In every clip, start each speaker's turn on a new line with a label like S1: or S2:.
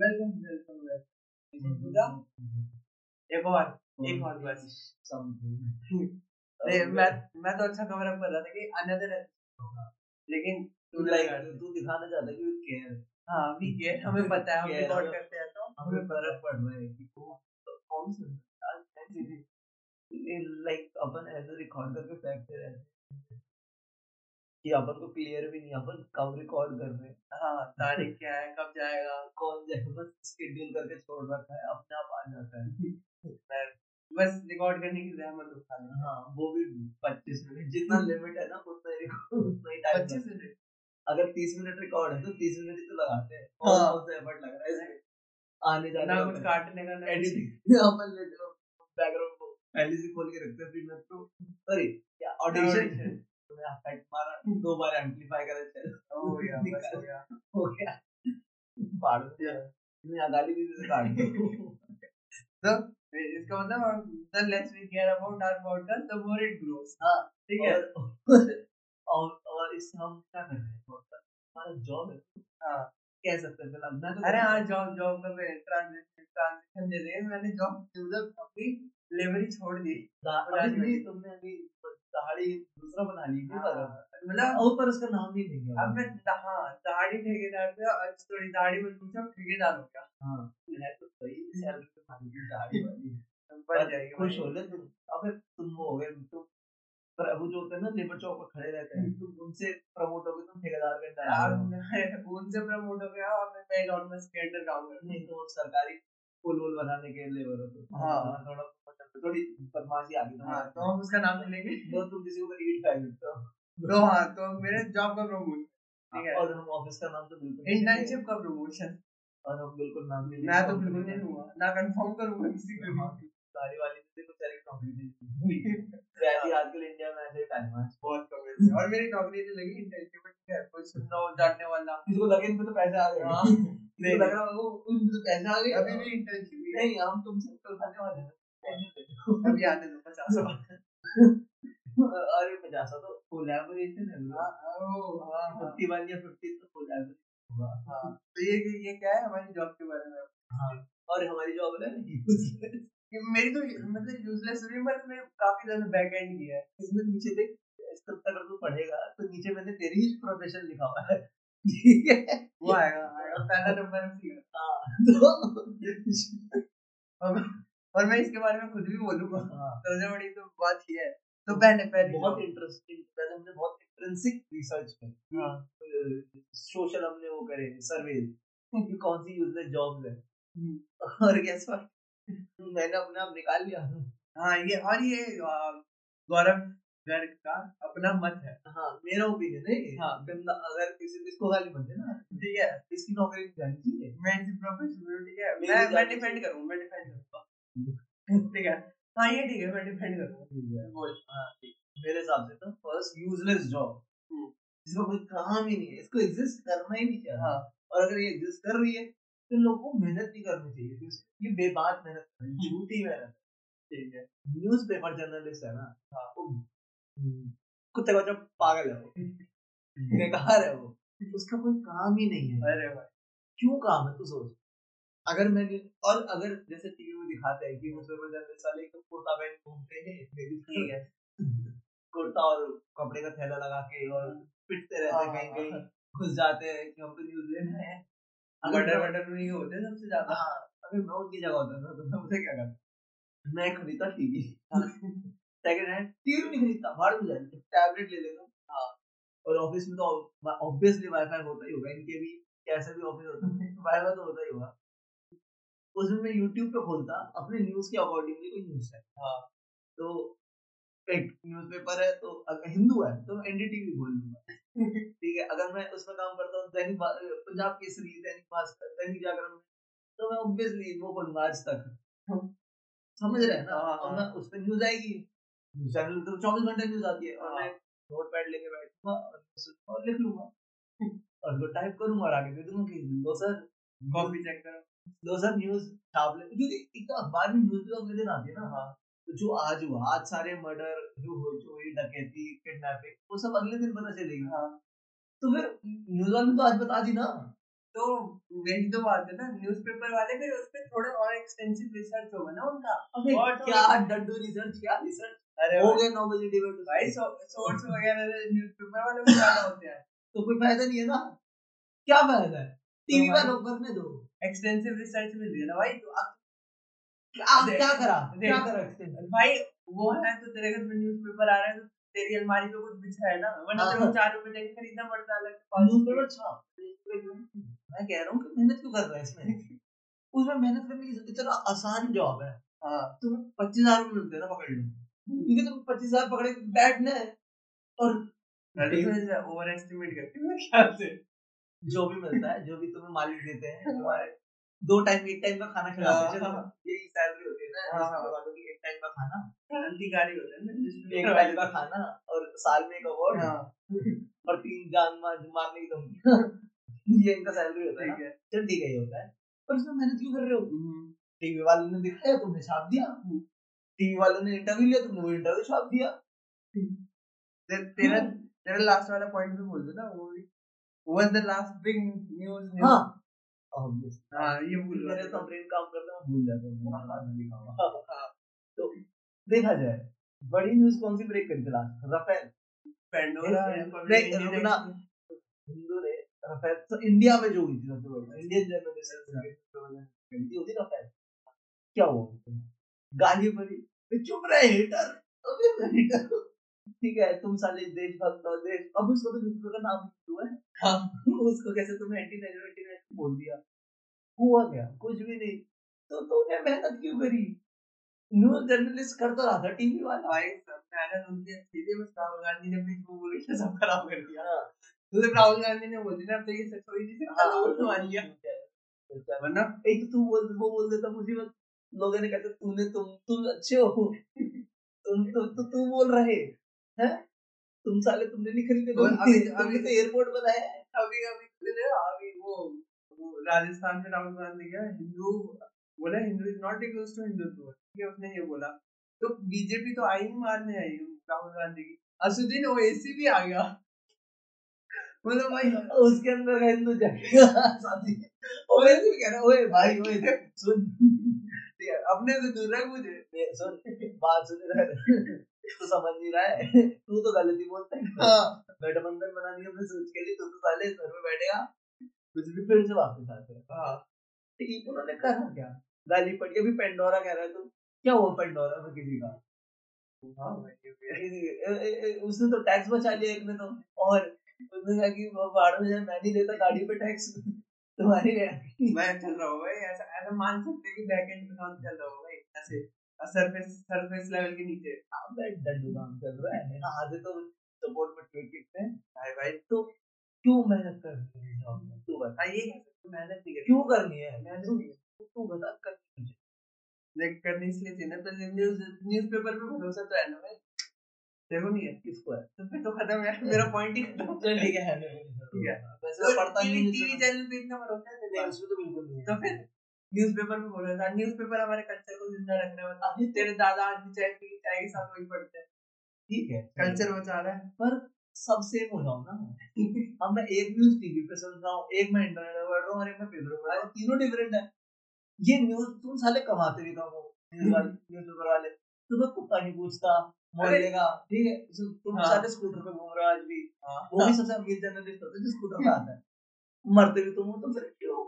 S1: Welcome welcome welcome Pooja एक और एक और बस नहीं, मैं मैं तो अच्छा कवर अप कर रहा था कि अनदर लेकिन
S2: तू लाइक तो तू दिखाना चाहता है कि केयर
S1: हाँ वी केयर हमें पता है हम
S2: Care,
S1: रिकॉर्ड
S2: हमें-
S1: करते हैं तो
S2: हमें फर्क पड़ रहा है कि तो तू
S1: कौन सुनता
S2: लाइक अपन ऐसे रिकॉर्ड करके फेंकते रहते हैं कि अपन को क्लियर भी नहीं अपन कब रिकॉर्ड कर रहे
S1: है?
S2: हैं
S1: हाँ तारीख क्या है कब जाएगा
S2: कौन जाए बस शेड्यूल करके छोड़ रखा है अपने आप आ जाता है
S1: मैं बस रिकॉर्ड करने की जहमत उठा लें
S2: हाँ वो भी 25 मिनट जितना लिमिट है ना उतना ही record- उतना ही टाइम
S1: पच्चीस मिनट
S2: अगर 30 मिनट रिकॉर्ड है तो 30 मिनट ही तो लगाते हैं और
S1: हाँ।
S2: कौन सा एफर्ट लग रहा है इसमें आने जाने
S1: ना
S2: का
S1: कुछ
S2: पैसा।
S1: काटने का ना
S2: एडिटिंग अपन लेते हैं बैकग्राउंड को पहले से खोल के रखते हैं फिर मैं तो सॉरी क्या ऑडिशन
S1: audition।
S2: तो मैं effect मारा दो बार एम्पलीफाई करा चल
S1: हो गया बस हो गया
S2: हो गया फाड़ दिया मैं अगाली भी से काट दिया
S1: तो इसका मतलब the less we care about our podcast the more it grows
S2: हाँ
S1: ठीक है
S2: और और और इस हम क्या कर रहे हैं मतलब हमारा जॉब है
S1: हाँ
S2: कह सकते हैं फिलहाल मैं तो
S1: अरे हाँ जॉब जॉब कर रहे ट्रांजिशन ट्रांजिशन दे रहे हैं मैंने जॉब मतलब अपनी लेवरी छोड़ दी
S2: दा- अभी नहीं तुमने अभी दाढ़ी दूसरा बना ली
S1: हाँ,
S2: नहीं पता
S1: मतलब
S2: हाँ। और पर उसका नाम भी नहीं है
S1: अब मैं दा- हाँ दाढ़ी ठेकेदार से और सॉरी दाढ़ी में पूछा ठेकेदार हो गया
S2: हाँ मैं तो सही सैलरी पे खाने की दाढ़ी वाली
S1: बन जाएगी
S2: खुश
S1: भाई।
S2: हो ले तुम अबे तुम वो हो गए तुम प्रभु जो होते हैं ना लेबर चौक पर खड़े रहते हैं तुम उनसे प्रमोट हो गए तुम तो ठेकेदार बन
S1: अब
S2: जाओगे
S1: मैं उनसे प्रमोट हो गया और मैं मैं इलॉन मस्क के अंडर काम कर
S2: नहीं तो सरकारी पुल वुल बनाने के लेबर हो तुम।
S1: हाँ।
S2: तुम्हारा थोड़ा promotion- थोड़ी बदमाशी आ गई
S1: रहा हाँ
S2: तुम्हारे
S1: तो हम उसका नाम ले लेंगे
S2: तो तुम किसी को ईट फेंक देते
S1: तो हाँ तो मेरे जॉब का प्रमोशन ठीक
S2: हो
S1: है
S2: और हम ऑफिस का नाम तो बिल्कुल नहीं लेंगे।
S1: इंटर्नशिप का प्रमोशन
S2: और हम बिल्कुल नाम नहीं
S1: मैं
S2: लेंगे।
S1: तो बिल्कुल नहीं लूंगा ना कंफर्म करूंगा किसी को भी।
S2: दाढ़ी वाली तो से कुछ सारी कंपनी वैसे ही आजकल इंडिया में ऐसे टाइम है
S1: बहुत कम है और मेरी नौकरी नहीं लगी इंटर्नशिप है कोई सुन रहा हो जानने वाला
S2: किसी को लगे इन पे तो पैसे आ गए
S1: हाँ।
S2: किसी को लग रहा हो इन पे तो पैसे आ गए
S1: अभी भी इंटर्नशिप है
S2: नहीं हम तुमसे कल खाने वाले हैं
S1: अभी आने दो पचास
S2: अरे पचास तो कोलैबोरेशन है ना
S1: हाँ
S2: फिफ्टी वन या फिफ्टी तो कोलैबोरेशन हुआ
S1: हाँ। तो ये ये क्या है हमारी जॉब के बारे में
S2: हाँ और हमारी जॉब है ना
S1: कि मेरी तो मतलब यूजलेस हुई पर मैं काफी ज्यादा बैक एंड किया है
S2: इसमें नीचे देख तब तक अगर तू पढ़ेगा तो नीचे मैंने तेरी ही प्रोफेशन लिखा हुआ है ठीक है
S1: वो आएगा आएगा पहला नंबर है
S2: हाँ, तो
S1: और मैं- और मैं इसके बारे में खुद भी बोलूंगा
S2: हाँ,
S1: सबसे बड़ी तो बात ये है तो पहले पहले
S2: बहुत इंटरेस्टिंग पहले हमने बहुत इंट्रेंसिक रिसर्च करी
S1: हाँ।
S2: सोशल हमने वो करे सर्वे कि कौन सी यूजलेस जॉब्स है
S1: हम्म।
S2: और गैस मैंने अपने आप निकाल लिया
S1: हाँ ये और ये आ, गौरव गर्ग का अपना मत है
S2: हाँ मेरा ओपिनियन है ये।
S1: हाँ।
S2: गंदा अगर किसी इसको गाली बन देना
S1: ठीक है
S2: इसकी नौकरी नहीं जानी चाहिए
S1: मैं इसी प्रोफेशनल ठीक है
S2: मेरी
S1: मैं मैं
S2: जान-
S1: डिफेंड करूँ मैं डिफेंड करूँगा ठीक है हाँ ये ठीक है मैं डिफेंड करूँगा
S2: बोल हाँ, ठीक। मेरे हिसाब से तो फर्स्ट यूजलेस जॉब
S1: हम्म।
S2: जिसका कोई काम ही नहीं है इसको एग्जिस्ट करना ही नहीं चाहिए
S1: हाँ
S2: और अगर ये एग्जिस्ट कर रही है तो लोगों को मेहनत नहीं करनी चाहिए तो इस- ये बेबात मेहनत है, झूठी मेहनत
S1: हम्म। ठीक है
S2: न्यूज पेपर जर्नलिस्ट है ना
S1: हाँ।
S2: वो कुत्ते का जब पागल है वो बेकार है वो तो उसका कोई काम ही नहीं है
S1: हम्म। अरे भाई
S2: क्यों काम है तू सोच अगर मैंने और अगर जैसे टीवी में दिखाते हैं कि न्यूज पेपर जर्नलिस्ट वाले तो कुर्ता पहन के घूमते हैं मेरी
S1: ठीक है
S2: कुर्ता और कपड़े का थैला लगा के और पिटते रहते हैं
S1: हाँ,
S2: कहीं
S1: हाँ।
S2: कहीं घुस जाते हैं कि हम तो न्यूज लेने आए हैं
S1: मर्डर
S2: अगर तो-
S1: वर्डर नहीं होते सबसे ज्यादा
S2: हाँ अगर मैं उनकी जगह होता था तो मैं पता क्या करता मैं खरीदता टीवी हाँ। सेकंड हैंड टीवी नहीं खरीदता बाहर भी जाता टैबलेट ले लेता हाँ और ऑफिस में तो ऑब्वियसली वाईफाई होता ही होगा इनके भी कैसे भी ऑफिस होता है वाईफाई तो होता ही होगा उसमें मैं यूट्यूब पे खोलता अपने न्यूज के अकॉर्डिंगली कोई न्यूज है
S1: हाँ
S2: तो एक न्यूज़पेपर है तो अगर हिंदू है तो एनडीटीवी बोल लूंगा ठीक है अगर मैं उसमें काम करता हूँ दैनिक भा- पंजाब केसरी दैनिक भास्कर दैनिक जागरण में, तो मैं ऑब्वियसली वो बोलूंगा आज तक समझ रहे हैं ना
S1: हाँ,
S2: और
S1: हाँ।
S2: मैं उस पर न्यूज आएगी न्यूज चैनल तो चौबीस घंटे न्यूज आती है और
S1: हाँ।
S2: मैं नोट पैड लेके बैठूंगा और उस- और लिख लूंगा और उसको टाइप करूंगा और आगे दे दूंगा कि दो सर
S1: कॉपी चेक करो
S2: दो सर न्यूज छाप ले क्योंकि एक तो अखबार में न्यूज तो अगले दिन आती है ना
S1: हाँ
S2: तो जो आज हुआ आज सारे मर्डर जो हो जो हुई डकैती किडनैपिंग वो सब अगले दिन पता चलेगी
S1: हाँ
S2: तो फिर न्यूज वाले तो आज बता दी ना
S1: तो वही तो बात है ना न्यूज़पेपर वाले फिर उस पे थोड़ा और एक्सटेंसिव रिसर्च होगा ना उनका
S2: और
S1: तो-
S2: क्या डड्डू रिसर्च क्या रिसर्च
S1: अरे
S2: हो
S1: भाई,
S2: गए नोबेल डिबेट
S1: भाई सोर्स वगैरह न्यूज़पेपर वाले भी ज्यादा होते हैं
S2: तो कोई फायदा नहीं है ना क्या फायदा है टीवी
S1: तो भाई-
S2: वालों को करने दो
S1: एक्सटेंसिव रिसर्च मिल रही है ना भाई तो अब
S2: आप
S1: देख-
S2: क्या करा
S1: देख-
S2: क्या करा एक्सटेंड
S1: भाई वो है तो तेरे घर में न्यूज़पेपर आ रहा है तो तेरी अलमारी पे कुछ बिछा है ना वरना तेरे को
S2: हाँ।
S1: चार रुपए देके खरीदना पड़ता है अलग से पाँच
S2: न्यूज़पेपर
S1: रुपए।
S2: अच्छा मैं कह रहा हूँ कि मेहनत क्यों कर रहा है इसमें उसमें मेहनत करने की इतना आसान जॉब है
S1: हाँ
S2: तुम्हें पच्चीस हजार रुपये मिलते हैं ना पकड़ लो क्योंकि तुम पच्चीस हजार पकड़े बैठना है और
S1: तो ओवर एस्टिमेट करते हैं मेरे ख्याल से
S2: जो भी मिलता है जो भी तुम्हें मालिक देते हैं तुम्हारे दो टाइम एक टाइम का खाना
S1: हाँ,
S2: खिलाते हैं
S1: हाँ।
S2: चलो, यही सैलरी होती है ना
S1: हाँ,
S2: न्यूज़पेपर वालों की, एक टाइम का खाना
S1: क्रांतिकारी होते हैं ना
S2: एक
S1: newspaper
S2: टाइम का खाना और साल में एक अवार्ड
S1: हाँ
S2: और तीन जान मार- मारने की धमकी ये इनका सैलरी होता है ना
S1: ठीक है
S2: चल ठीक है ये होता है पर इसमें मेहनत क्यों कर रहे हो
S1: हम्म।
S2: टीवी वालों ने दिखाया तुमने छाप दिया टीवी वालों ने इंटरव्यू लिया तुमने वो इंटरव्यू छाप दिया
S1: ते- तेरा
S2: हम्म.
S1: तेरा लास्ट वाला पॉइंट भी बोल दो ना वो was the last big news
S2: हाँ Obvious.
S1: हाँ ये भूल
S2: मेरे
S1: गया
S2: तो ब्रेन काम करता है मैं भूल जाता हूँ
S1: हाँ।
S2: बाद में लिखा हुआ। तो देखा जाए बड़ी न्यूज कौन सी ब्रेक करती लास्ट रफेल
S1: पेंडोरा
S2: नहीं,
S1: इंडियन
S2: रुकना।
S1: एक्सप्रेस।
S2: हिंदू ने रफेल तो इंडिया में जो हुई थी सबसे बड़ी इंडियन जर्नलिस्ट होती रफेल क्या हुआ गाली भरी "ये चुप रहे हेटर अबे हेटर ठीक है तुम साले देशभक्त हो देश अब उसको तो हिंदू का नाम हुआ है उसको कैसे तुमने एंटी नेशनल एंटी नेशनल बोल दिया हुआ क्या कुछ भी नहीं तो तूने मेहनत क्यों करी न्यूज जर्नलिस्ट कर तो रहा था टीवी वाला
S1: भाई सब मैंने उनके सीधे बस राहुल गांधी ने बीच में बोल के सब खराब कर दिया
S2: हाँ,
S1: मतलब राहुल गांधी ने बोल दिया अब तो ये सच हुई थी
S2: हाँ,
S1: हेलो बोल मान लिया
S2: अच्छा,
S1: वरना
S2: एक तो तू बोल वो बोल देता मुसीबत लोगों ने कहते तूने तुम तुम अच्छे हो तुम तुम तो तू बोल रहे हैं तुम साले तुमने नहीं खरीदे
S1: और
S2: अभी
S1: अभी- अभी-
S2: तो एयरपोर्ट बनाया है
S1: अभी अभी तो ना अभी वो वो राजस्थान में राहुल गांधी गया हिंदू बोला Hindu is not equal to Hindutva ठीक है उसने ये बोला तो बीजेपी तो आई ही मारने आई राहुल गांधी की असुद्दीन ओवैसी भी आ गया मतलब भाई
S2: उसके अंदर का हिंदू जाएगा शादी ओए तू कह रहा ओए भाई ओए सुन
S1: ठीक है, अपने से दूर रख मुझे
S2: ये सुन बात सुन रहा है तू समझ नहीं रहा है तू तो गलत ही बोलता है
S1: हाँ
S2: गठबंधन बना दिया हमने सोच के लिए तू तो साले इस घर में बैठेगा कुछ भी फिर से वापस आते हैं
S1: हाँ
S2: ठीक उन्होंने करा क्या गाली पड़ी अभी पेंडोरा कह रहा है तू क्या हुआ पेंडोरा में किसी का
S1: हाँ भाई ये भी है।
S2: किसी ए, ए, ए, उसने तो टैक्स बचा लिया एक ने तो और उसने कहा कि वो बाढ़ में जाए मैं नहीं देता गाड़ी पे टैक्स तुम्हारी रहेगी।
S1: मैं चल रहा हूँ भाई ऐसा ऐसा मान सकते हैं कि बैकएंड पे काम चल रहा हूँ भाई ऐसे सरफेस सरफेस लेवल के नीचे
S2: हाँ, मैं डंडू काम चल रहा है हाँ, आधे तो सपोर्ट में ट्वीट करते हैं
S1: भाई भाई
S2: तो क्यों मेहनत कर रही है job में? तू बता
S1: हाँ ये कह सकते हो, मेहनत नहीं करनी
S2: क्यों करनी है
S1: मेहनत
S2: तू
S1: नहीं करनी
S2: तू बता कर क्यों चाहिए?
S1: देख करनी इसलिए चाहिए ना तो पर न्यूज न्यूज़पेपर पे भरोसा तो है ना भाई देखो नहीं है
S2: किसको है
S1: तो फिर तो खत्म है मेरा पॉइंट ही खत्म
S2: चल ठीक है है
S1: ठीक है।
S2: वैसे मैं तो पढ़ता नहीं
S1: तो टीवी
S2: चैनल
S1: चैनल पे इतना भरोसा है
S2: नहीं
S1: नहीं
S2: उसमें तो बिल्कुल नहीं है।
S1: तो फिर न्यूज़पेपर पे भरोसा था न्यूज़पेपर हमारे कल्चर को जिंदा रखने वाला
S2: तो-
S1: अभी तेरे दादा आज भी चाय पी चाय के साथ वही पढ़ते हैं
S2: ठीक है
S1: कल्चर बचा रहा है
S2: पर सब सेम हो जाओ ना अब मैं एक न्यूज टीवी पे सुन रहा हूँ एक मैं इंटरनेट पे पढ़ रहा हूँ और एक मैं पेपर पे पढ़ रहा हूँ तीनों डिफरेंट है ये न्यूज तुम साले कमाते भी कम हो न्यूज वाले न्यूज़पेपर वाले तुम्हें कुत्ता नहीं पूछता बोलेगा ठीक है सु- तुम
S1: हाँ।
S2: साले स्कूटर पे घूम रहे हो आज भी वो
S1: हाँ।
S2: भी सबसे अमीर जर्नलिस्ट होता है जो स्कूटर पे आता है मरते भी तुम हो तो फिर क्यों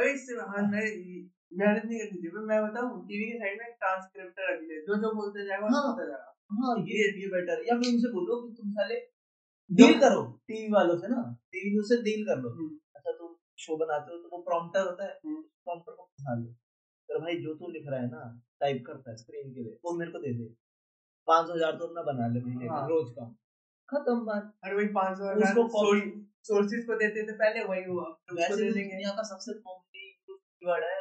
S1: अरे इससे हाँ मैं मेहनत नहीं करनी चाहिए पर मैं बताऊँ टीवी के साइड में ट्रांसक्रिप्ट रख ले जो जो बोलते जाएगा
S2: हाँ।
S1: बोलता जाएगा
S2: हाँ ये ये बेटर या फिर उनसे बोलो कि तुम साले डील करो टीवी वालों से ना टीवी न्यूज से डील कर लो
S1: हम्म,
S2: अच्छा तुम शो बनाते हो तो वो प्रॉम्प्टर होता है
S1: हम्म।
S2: प्रॉम्प्टर को फंसा लो अगर भाई जो तू लिख रहा है ना टाइप करता है स्क्रीन के लिए वो मेरे को दे दे पाँच सौ हजार तो अपना बना ले महीने का
S1: हाँ।
S2: रोज का खत्म बात
S1: अरे भाई पाँच सौ
S2: उसको कॉपी
S1: सोर्सेज को देते थे पहले वही हुआ तो उसको
S2: वैसे
S1: दे
S2: भी
S1: देंगे
S2: दुनिया का सबसे कॉमनली कीवर्ड है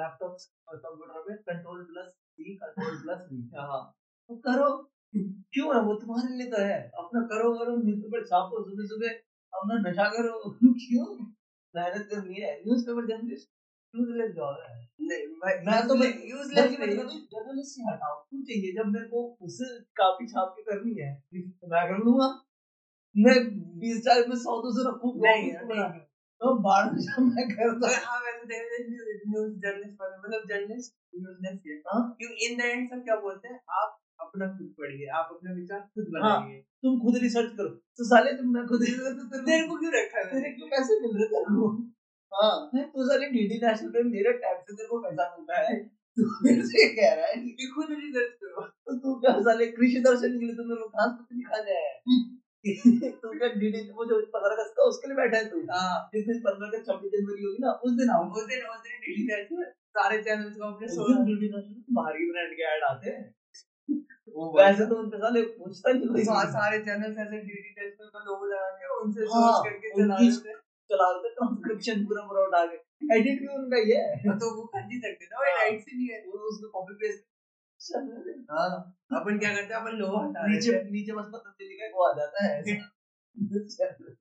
S2: लैपटॉप और कंप्यूटर में control plus C control plus V
S1: हाँ
S2: तो करो क्यों है वो तुम्हारे लिए तो है अपना करो करो न्यूज़पेपर छापो सुबह सुबह अपना नशा करो क्यों मेहनत करनी है न्यूज़पेपर जर्नलिस्ट यूजलेस जॉब है
S1: नहीं भाई
S2: मैं तो भाई
S1: यूजलेस नहीं
S2: जर्नलिस्ट से हटाओ क्यों चाहिए जब मेरे को उससे काफी छाप के करनी है तो मैं कर लूंगा मैं बीस हजार में सौ दो सौ रखूंगा
S1: नहीं,
S2: ऑफिस को बना के। तो बाढ़ में जब मैं करता
S1: हाँ वैसे देख रहे न्यूज न्यूज जर्नलिस्ट वाले मतलब जर्नलिस्ट न्यूजलेस ये
S2: हाँ।
S1: क्यों इन द एंड सब क्या बोलते हैं आप अपना खुद पढ़िए आप अपना विचार खुद
S2: हाँ।
S1: बनाइए
S2: तुम खुद रिसर्च करो तो साले तुम मैं खुद रिसर्च तो
S1: तेरे
S2: तेरे को
S1: को क्यों रखा है
S2: तेरे को पैसे मिल रहे तेरे को हाँ मैं तो साले डीडी नेशनल पे मेरे टैक्स से तेरे को पैसा मिल रहा है तू मेरे से कह रहा है कि
S1: कि खुद रिसर्च करो
S2: तो तू क्या साले कृषि दर्शन के लिए तूने तो घास पत्ती खा जाया है तू क्या डीडी वो जो 15 अगस्त का उसके लिए बैठा है तू
S1: हाँ
S2: जिस दिन 15 अगस्त 26 जनवरी होगी ना उस दिन आओ
S1: उस दिन उस दिन डेली नेचर तो सारे चैनल्स को अपने
S2: उस
S1: सो
S2: दिन डीडी नेशनल बाहर की ब्रांड के ऐड आते हैं वैसे
S1: वैसे
S2: तो उनके साले पूछता नहीं कोई
S1: हाँ सारे चैनल्स ऐसे डीडी नेचर को लोगो लगा के उनसे
S2: हाँ,
S1: सोच करके चला
S2: उनकी-
S1: देते हैं।
S2: चला रहे थे ट्रांसक्रिप्शन पूरा पूरा उठा के एडिट भी उनका ये है
S1: तो वो कर नहीं सकते ना भाई
S2: हाँ।
S1: राइट से नहीं है
S2: वो उसको कॉपी पेस्ट
S1: हाँ अपन क्या करते हैं अपन लोगो
S2: हाँ,
S1: हटा देते
S2: नीचे नीचे बस पतंजलि का एक वो आ जाता है ऐसा।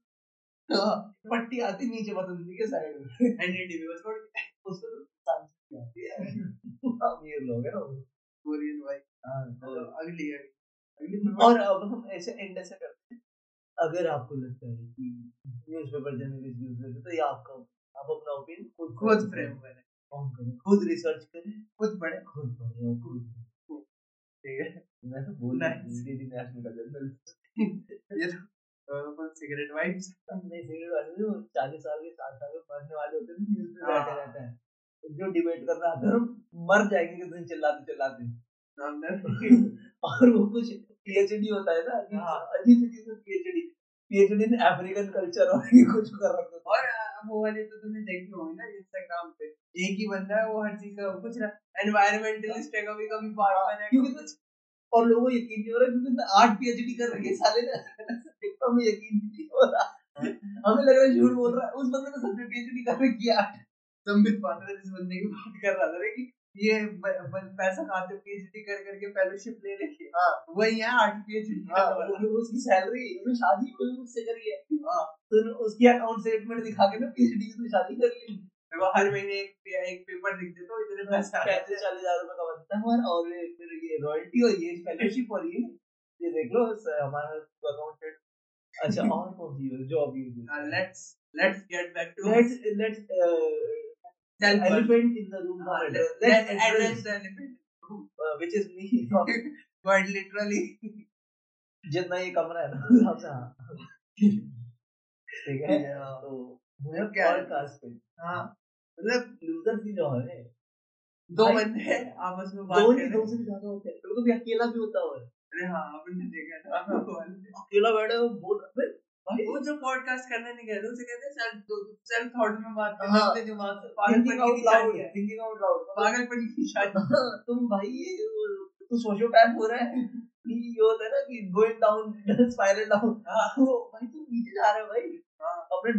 S2: हाँ, पट्टी आती नीचे पतंजलि के साइड में
S1: हैं एनडीटीवी बस छोड़ के
S2: उसको तो तामसी आती है अमीर हाँ, लोग हैं वो।
S1: कोरियन भाई
S2: हाँ,
S1: चलो,
S2: तो-
S1: अगली अगली अगली
S2: और अब हम ऐसे एंड ऐसे करते हैं अगर आपको लगता है कि न्यूज़पेपर जर्नलिस्ट न्यूज़पेपर तो ये आपका आप अपना ओपिनियन खुद
S1: खुद फ्रेम करें
S2: फॉर्म करें खुद रिसर्च करें
S1: खुद पढ़े
S2: खुद पढ़ें और खुद सुनें।
S1: ठीक है
S2: मैं तो बोल
S1: Nice.
S2: डीडी नेशनल का जनरल
S1: ये तो अपन सिगरेट वाइब्स
S2: नहीं सीरियल वाले जो चालीस साल के साठ साल के पढ़ने वाले होते हैं न्यूज में
S1: हाँ।
S2: बैठे रहते हैं जो डिबेट कर रहा है वो मर जाएंगे किस दिन चिल्लाते चिल्लाते
S1: नाम दे
S2: और वो कुछ पीएचडी होता है ना अजीब
S1: हाँ।
S2: सा- अजीब चीज में पीएचडी पीएचडी ने अफ्रीकन कल्चर और ये कुछ कर रखा था
S1: और आ, वो वाले तो तुमने देखे होंगे ना इंस्टाग्राम पे एक ही बंदा है वो हर चीज का कुछ ना एनवायरमेंटलिस्ट है कभी कभी
S2: हाँ।
S1: फार्मर है
S2: क्योंकि कुछ और लोगों को यकीन नहीं हो रहा क्योंकि उसने आठ पीएचडी कर रखी है साले ने तो हमें यकीन नहीं हो रहा हमें लग रहा है झूठ बोल रहा है उस बंदे ने सच में पीएचडी कर रखी है आठ
S1: संबित पात्र जिस बंदे की बात कर रहा था ना कि ये ब- ब- पैसा खाते पीएचडी कर करके फेलोशिप ले लेके
S2: हाँ।
S1: वही है आठ पीएचडी
S2: हाँ, वो- वो उसकी सैलरी उसने शादी कोई उससे करी है तो उन्होंने उसकी अकाउंट स्टेटमेंट दिखा के ना पीएचडी की उसने शादी कर ली
S1: वो हर महीने एक पे- एक पेपर लिख देते हो इतने पैसा
S2: पैंतीस चालीस हजार रुपए का बनता है तो हमारा और ये फिर ये रॉयल्टी और ये फेलोशिप और ये ये देख लो स- हमारा अकाउंट अच्छा और कौन सी use job use
S1: let's let's get back to
S2: let's let's elephant in the room let's address which is me
S1: word literally
S2: जितना ये कमरा है ना उस हिसाब से हाँ ठीक है
S1: ठीक है, हाँ।
S2: तो मुझे
S1: क्या है?
S2: पॉडकास्ट पे
S1: हाँ मतलब
S2: लूजर भी जो है
S1: दो
S2: भाई-
S1: बंदे हैं, आपस में बात
S2: दो
S1: कर
S2: नहीं
S1: रहे
S2: दो
S1: हैं
S2: से भी ज्यादा होते हैं कभी कभी अकेला भी होता है
S1: अरे हाँ आपने देखा था
S2: हाँ।
S1: वो वाले।
S2: अकेला बैठा है वो बोल रहा है भाई
S1: वो जो पॉडकास्ट करना नहीं कहते उसे कहते हैं, चल दो चल थॉट में बात कर
S2: हाँ।
S1: अपने दिमाग से
S2: थिंकिंग
S1: पागलपन की
S2: आउट लाउड
S1: निशानी है
S2: थिंकिंग आउट लाउड
S1: पागलपन की निशानी
S2: तुम भाई ये वो- तू सोशियोपैथ हो रहा है कि ये होता है ना कि गोइंग डाउन स्पाइरल डाउन
S1: हाँ।
S2: वो भाई तू नीचे जा रहा है भाई
S1: हाँ।
S2: अपने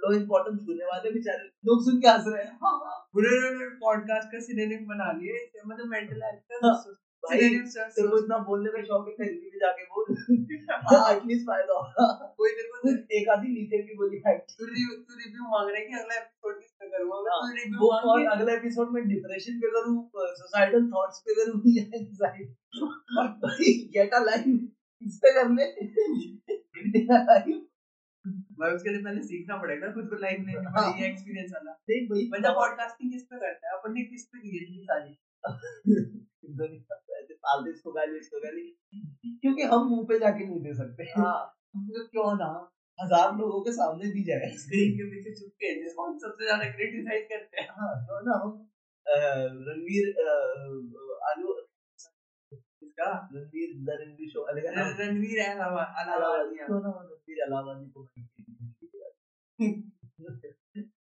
S2: लोएस्ट बॉटम छूने वाले बेचारे लोग सुन के हंस रहे हैं हाँ, हाँ।
S1: उन्होंने पॉडकास्ट का सिनेरिम बना लिए मतलब मेंटल
S2: हाँ।
S1: हेल्थ
S2: भाई तेरे को इतना बोलने का शौक है थेरेपी में जाके बोल
S1: हाँ।
S2: एटलीस्ट फायदा होगा
S1: कोई तेरे को
S2: एक आधी नीचे की गोली खाएगी
S1: तू रिव्यू तू रिव्यू मांग रहा है कि अगला एपिसोड किसका करूंगा मैं तू
S2: हाँ,
S1: रिव्यू
S2: वो
S1: मांग
S2: और
S1: के
S2: अगला एपिसोड में डिप्रेशन पे करूं सोसाइटल थॉट्स पे करूं या एंजाइटी भाई गेट अ लाइफ इस पे कर ले Get a life।
S1: भाई उसके लिए पहले सीखना पड़ेगा खुद को लाइफ लेने
S2: हाँ।
S1: वाली ये एक्सपीरियंस वाला
S2: नहीं भाई
S1: बंदा पॉडकास्टिंग किस पे करता है अपन ने किस पे की है इतनी सारी
S2: फालतू इसको गाली इसको गाली क्योंकि हम मुंह पे जाके नहीं दे सकते
S1: हाँ
S2: हमको मतलब क्यों ना हजार लोगों के सामने दी जाए
S1: स्क्रीन के पीछे छुप के जिसको हम सबसे ज्यादा क्रिटिसाइज करते हैं
S2: हाँ क्यों ना हम अ, रणवीर अ, आलू
S1: इसका
S2: रणवीर द रणवीर शो अलग नाम
S1: रण- रणवीर है अलावा अलावा आलिया।
S2: हाँ।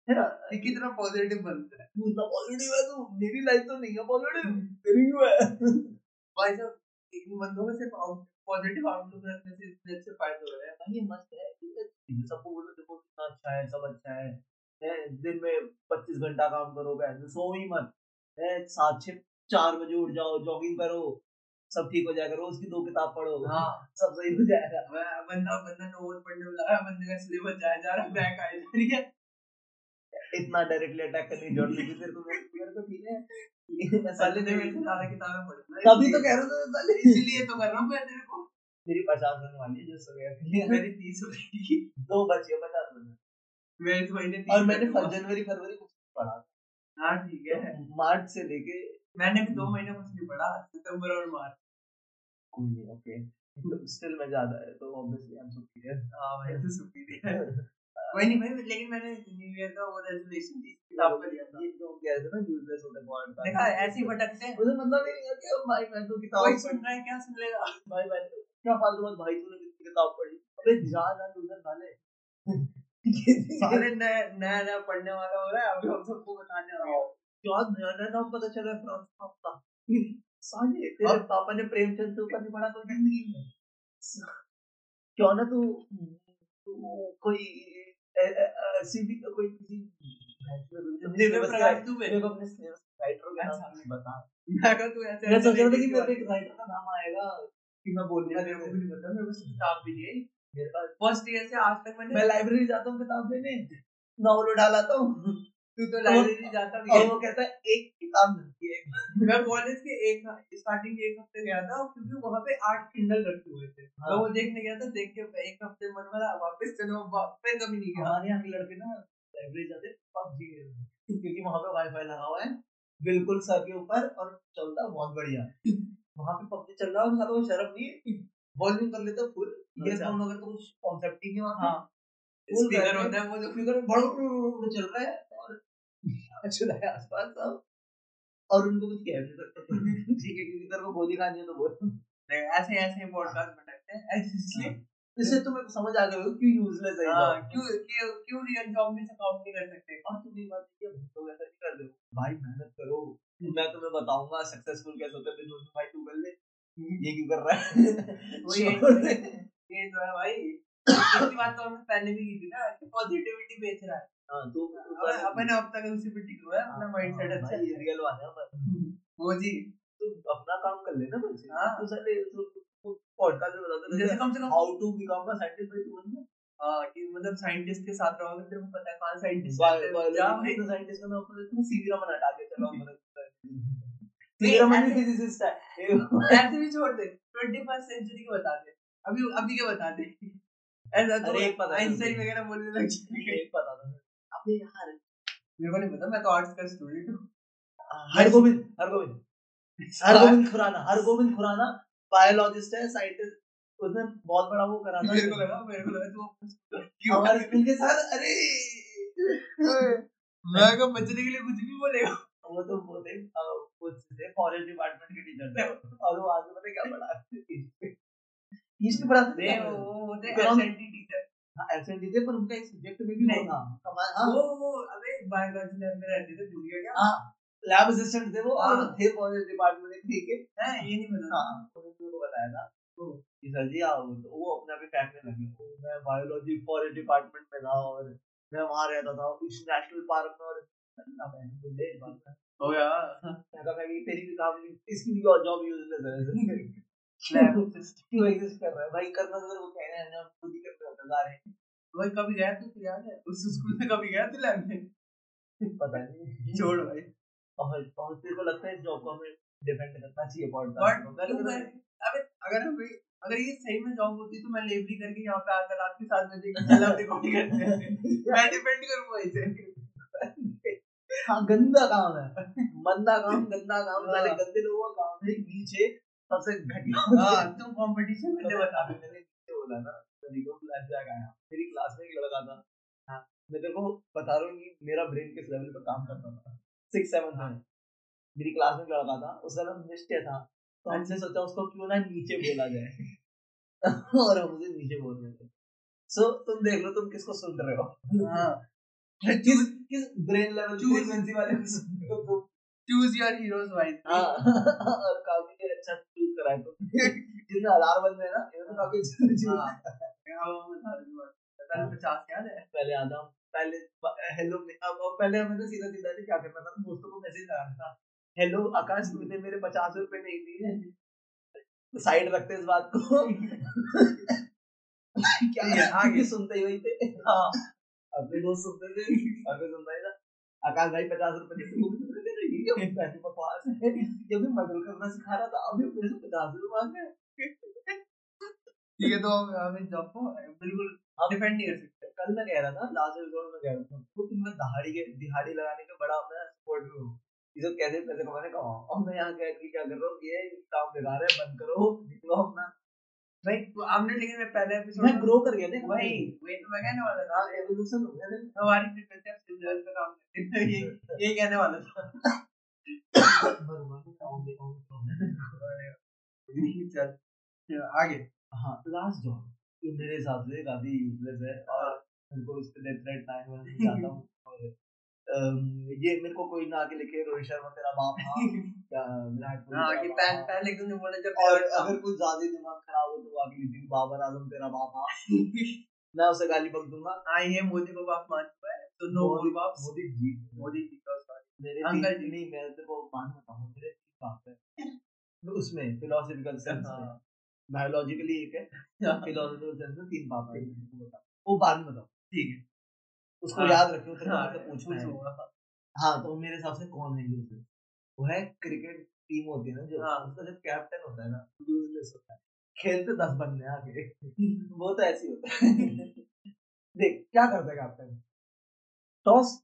S2: है ना
S1: ये कितना पॉजिटिव बनता है
S2: तू इतना पॉजिटिव है तू मेरी लाइफ तो नहीं है पॉजिटिव तेरी क्यों है
S1: भाई साहब इन बंदों में सिर्फ पॉजिटिव आउटलुक रखने से इतने अच्छे फायदे हो रहे हैं
S2: ये मस्त है सबको बोलो देखो कितना अच्छा है सब अच्छा है हैं, दिन में पच्चीस घंटा काम करो ऐसे सो ही मत हैं, सात छः चार बजे उठ जाओ जॉगिंग करो सब ठीक हो जाएगा रोज की दो किताब पढ़ो
S1: हाँ
S2: सब सही हो जाएगा
S1: अब बंदा बंदा नोवेल पढ़ने में लगा है, बंदे का सिलेबस जाया जा रहा है बैक आया जा रही है
S2: इतना डायरेक्टली अटैक करने की जरूरत नहीं तो तेरे को मेरे को ठीक है
S1: साले
S2: साले
S1: ने मेरे से ज्यादा किताबें पढ़ी हैं।
S2: तभी तो कह रहा था साले
S1: इसीलिए तो कर रहा हूँ मैं तेरे को
S2: मेरी पचास होने वाली है जो सुबह
S1: मेरी तीस हो जाएगी
S2: दो बचे पचास होने
S1: मैं इस महीने तीस
S2: और मैंने
S1: करूंगा।
S2: जनवरी फरवरी कुछ नहीं पढ़ा
S1: हाँ ठीक है
S2: मार्च से लेके
S1: मैंने भी दो
S2: हम्म।
S1: महीने कुछ नहीं पढ़ा सितंबर और मार्च
S2: कोई नहीं ओके स्टिल मैं ज्यादा है तो ऑब्वियसली आई एम सुपीरियर
S1: हाँ भाई तो सुपीरियर कोई नहीं भाई लेकिन मैंने न्यू ईयर का वो रेजोल्यूशन इस किताब का लिया था
S2: ये जो हम कह रहे थे ना यूजलेस होते बहुत
S1: देखा ऐसे ही भटकते हैं
S2: मुझे मतलब ही नहीं है कि भाई मैं तो
S1: कोई
S2: किताब
S1: सुन रहा है क्या सुन लेगा
S2: भाई भाई तो क्या फालतू बात भाई तूने कितनी किताब पढ़ी अबे जा ना तू उधर साले
S1: सारे नया नया नया पढ़ने वाला हो रहा है अभी हम सबको बताने वाला हो
S2: क्या नया नया नाम पता चला है फ्रांस का आपका साले तेरे
S1: अब-
S2: पापा ने प्रेमचंद से ऊपर नहीं पढ़ा कोई जिंदगी में क्यों ना तू तू कोई सीवी कोई किसी
S1: दिव्य प्रकाश दुबे
S2: मेरे को अपने राइटर का नाम बता
S1: अच्छा। मैं कहा तू ऐसे
S2: मैं सोच रहा था कि मेरे राइटर का नाम आएगा कि मैं बोलने
S1: मेरे को भी
S2: लगा
S1: नहीं पता मेरे को किताब भी नहीं
S2: मेरे पास
S1: फर्स्ट ईयर से आज तक मैंने
S2: मैं लाइब्रेरी जाता हूँ किताब लेने नॉवल डालाता हूँ
S1: तू तो लाइब्रेरी जाता भी
S2: और
S1: है
S2: वो कहता है एक किताब मिलती है
S1: मैं कॉलेज के एक स्टार्टिंग के एक हफ्ते गया था क्योंकि वहाँ पे आठ किंडल रखे हुए थे
S2: हाँ।
S1: मैं वो देखने गया था देख के एक हफ्ते मन भरा वापस चलो वा- फिर कभी नहीं गया
S2: हमारे हाँ, यहाँ के लड़के ना लाइब्रेरी जाते हैं पबजी खेलते हैं। क्योंकि वहाँ पे वाईफाई लगा हुआ है बिल्कुल सर के ऊपर और चलता है बहुत बढ़िया वहाँ पे पबजी चल रहा है उनका तो शर्म नहीं है वॉल्यूम कर लेते फुल ये
S1: अच्छा।
S2: फोन वगैरह तो कुछ कॉन्सेप्ट ही नहीं वहाँ
S1: हाँ
S2: Full
S1: स्पीकर
S2: बैटरी।
S1: होता है वो तो। जो
S2: पे फिगर बड़ा तो चल रहा है और चला है आसपास सब और उनको कुछ कह नहीं सकते ठीक है क्योंकि तेरे को गोली खानी है तो बोल
S1: ऐसे ऐसे पॉडकास्ट बनाते हैं इसलिए
S2: इससे तुम्हें समझ आ गई होगी क्यों यूजलेस है ये
S1: हाँ,
S2: job।
S1: क्यों क्यों क्यों रियल जॉब में से काउंट नहीं कर सकते
S2: और तुम ये बात देखिए हम लोग ऐसा नहीं कर रहे हो भाई मेहनत करो मैं तुम्हें बताऊंगा सक्सेसफुल कैसे होते हैं बिजनेस में भाई तू कर ले ये क्यों कर रहा है
S1: वही है।
S2: Sure है।
S1: ये जो है भाई इसकी बात तो हमने पहले भी की थी ना कि पॉजिटिविटी बेच रहा है
S2: हाँ तो हाँ,
S1: अपन- अपन अब तक उसी पे टिक हुआ है अपना माइंडसेट अच्छा है।
S2: रियल वाला है पर
S1: वो जी
S2: तू अपना काम कर लेना बस
S1: हाँ।
S2: तू तो साले पॉडकास्ट में बताता
S1: मतलब जैसे कम से कम
S2: how to become a scientist भाई तू बन ना
S1: हाँ, कि मतलब साइंटिस्ट के साथ रहोगे तेरे को पता है कहाँ साइंटिस्ट
S2: बायोलॉजी
S1: नहीं
S2: का साइंटिस्ट तो का नाम अपने तुम सीवी रमन हटा के चलो अपने
S1: नहीं,
S2: सीवी रमन
S1: ऐसे-
S2: फिजिसिस्ट है
S1: ऐसे भी छोड़ दे ट्वेंटी फर्स्ट सेंचुरी के बता दे अभी अभी के बता दे ऐसा तो
S2: अरे, एक पता है
S1: आइंस्टाइन
S2: मुझे।
S1: वगैरह बोलने लग जाएंगे
S2: एक पता था अबे यार
S1: मेरे को नहीं पता मैं तो आर्ट्स का स्टूडेंट हूँ
S2: हरगोविंद हरगोविंद
S1: हाँ।
S2: हरगोविंद खुराना हरगोविंद खुराना बायोलॉजिस्ट है साइंटिस्ट उसने बहुत बड़ा वो करा था
S1: मेरे को लगा मेरे को लगा तो क्यों
S2: हमारे स्कूल के सर अरे
S1: मैं अगर बचने के लिए कुछ भी बोलेगा
S2: वो तो वो थे अ, वो थे फॉरेस्ट डिपार्टमेंट के टीचर थे और वो आगे पता है क्या पढ़ा हिस्ट्री पढ़ाते
S1: नहीं
S2: थे
S1: वो वो होते
S2: Economic-
S1: एसएनटी टीचर
S2: एब्सेंट थे पर उनका एक सब्जेक्ट में भी वो
S1: नहीं।
S2: था कमाल हाँ
S1: वो वो अबे बायोलॉजी लैब में रहते थे भूल गया क्या
S2: हाँ लैब असिस्टेंट थे वो और
S1: हाँ।
S2: थे फॉरेस्ट डिपार्टमेंट के ठीक है
S1: है ये नहीं पता
S2: हाँ उन्होंने मेरे को बताया था तो कि सर जी आओ तो वो अपने आप ही फैक्ट में लगे "ओ, मैं बायोलॉजी फॉरेस्ट डिपार्टमेंट में था और मैं वहाँ रहता था इस नेशनल पार्क में और अल्लाह मैंने बोले इस बात में
S1: हो गया
S2: मैंने कहा कि तेरी भी काम इसकी भी जॉब यूजलेस है
S1: लैब
S2: क्यों एग्जिस्ट कर रहा है भाई करना तो तेरे को कहना है ना खुद ही करते होते जा रहे हैं
S1: भाई कभी गया तू तो याद है उस स्कूल में कभी गया तू लैब में
S2: पता नहीं
S1: छोड़ भाई
S2: और और तेरे को लगता है इस जॉब को हमें डिपेंड करना चाहिए
S1: बट
S2: पॉडकास्ट
S1: तू कर अबे अगर हम अगर ये सही में जॉब होती तो मैं लेबरी करके यहाँ पे आता रात के सात बजे की चला रिकॉर्डिंग करते
S2: तो-
S1: हैं। मैं डिपेंड करूंगा इसे
S2: हाँ गंदा काम है मंदा काम गंदा काम
S1: हाँ।
S2: सारे गंदे लोगों का काम है नीचे सबसे घटिया
S1: हाँ तुम कंपटीशन में
S2: मैंने
S1: बता
S2: बता मैंने नीचे बोला ना तो निको फ्लैशबैक आया मेरी क्लास में एक लड़का था हाँ मैं तेरे को बता रहा हूँ कि मेरा ब्रेन किस लेवल पे काम करता था सिक्स सेवन में मेरी क्लास में एक लड़का था उसका नाम निश्चय था तो हमने सोचा उसको क्यों ना नीचे बोला जाए और हम उसे नीचे बोल रहे थे सो तुम देख लो तुम किसको सुन रहे हो
S1: हाँ
S2: किस किस ब्रेन लेवल
S1: Choose-
S2: फ्रीक्वेंसी वाले को सुन
S1: तो
S2: रहे हो तुम
S1: चूज योर हीरोज वाइज
S2: हाँ, और काफी अच्छा चूज करा है तो जिसमें हजार बंदे हैं ना इन्होंने काफी अच्छा चूज
S1: हाँ। पचास याद है
S2: पहले आता हूँ, पहले हेलो अब अब पहले हमें तो सीधा सीधा नहीं क्या करना था दोस्तों को मैसेज डालना था हेलो आकाश तूने मेरे पचास रुपए नहीं दिए साइड रखते इस बात को
S1: ठीक है,
S2: क्या
S1: आगे।
S2: आगे सुनते ही वही थे हाँ अपने दोस्त सुनते थे और फिर सुनता ही था आकाश भाई पचास रुपए दे तू भी दे रहा है, ये क्या पैसे बकवास है ये भी मडल करना सिखा रहा था अभी मेरे से पचास रुपए मांग रहा है
S1: ठीक है तो हम- हम इस जॉब को बिल्कुल
S2: हम-
S1: डिफेंड नहीं कर सकते
S2: कल मैं कह रहा था लास्ट एपिसोड में कह रहा था खुद मैं दिहाड़ी के दिहाड़ी लगाने का बड़ा मैं सपोर्ट भी हूँ ये सब कैसे पैसे कमाने का और "हाँ, मैं यहाँ कह के क्या कर रहा हूँ ये काम बेकार है बंद करो निकलो अपना
S1: भाई तो आपने लेकिन मैं पहले एपिसोड
S2: मैं ग्रो कर गया देख
S1: वही वही तो मैं कहने वाला था
S2: एवोल्यूशन हो गया देख
S1: हमारी फ्रीक्वेंसी आप सिमिलर पे काम करते हैं तो ये ये कहने वाला था
S2: भगवान को काम दे काम
S1: नहीं, चल आगे
S2: हाँ लास्ट जॉब ये मेरे हिसाब से काफी यूजलेस है और मेरे को इस पे डेफिनेट टाइम है मैं चाहता हूँ और अम, ये मेरे को कोई ना आके लिखे रोहित शर्मा तेरा बाप हाँ या विराट कोहली
S1: हाँ कि
S2: तेरा बाप
S1: पहले
S2: हाँ।
S1: पहले तुमने बोला जब
S2: और
S1: Everton-
S2: अगर कुछ ज्यादा ही दिमाग खराब हो तो वो आके लिखेगी बाबर आजम तेरा बाप हाँ मैं उसे गाली बक दूंगा
S1: हाँ ये मोदी को बाप मान चुका है तो नो
S2: मोदी-
S1: मोदी बाप
S2: मोदी जीत
S1: मोदी जी का सॉरी
S2: मेरे
S1: अंकल
S2: तीन-
S1: जी।
S2: नहीं मैं तेरे को मान बताता हूँ मेरे तीन बाप है तो उसमें फिलोसफिकल सेंस में
S1: हाँ।
S2: बायोलॉजिकली एक है फिलोसफिकल सेंस में तीन बाप है वो बाद में बताओ
S1: ठीक है
S2: उसको
S1: हाँ।
S2: याद रखो फिर
S1: हाँ,
S2: मैं उनसे पूछूंगा
S1: पूछो, हाँ।
S2: हाँ तो मेरे हिसाब से कौन है यूजलेस वो है क्रिकेट टीम होती है ना जो
S1: हाँ।
S2: उसका जब कैप्टन होता है ना यूजलेस होता है खेलते दस बंदे हैं आगे वो तो ऐसे ही होता है देख क्या करता है कैप्टन टॉस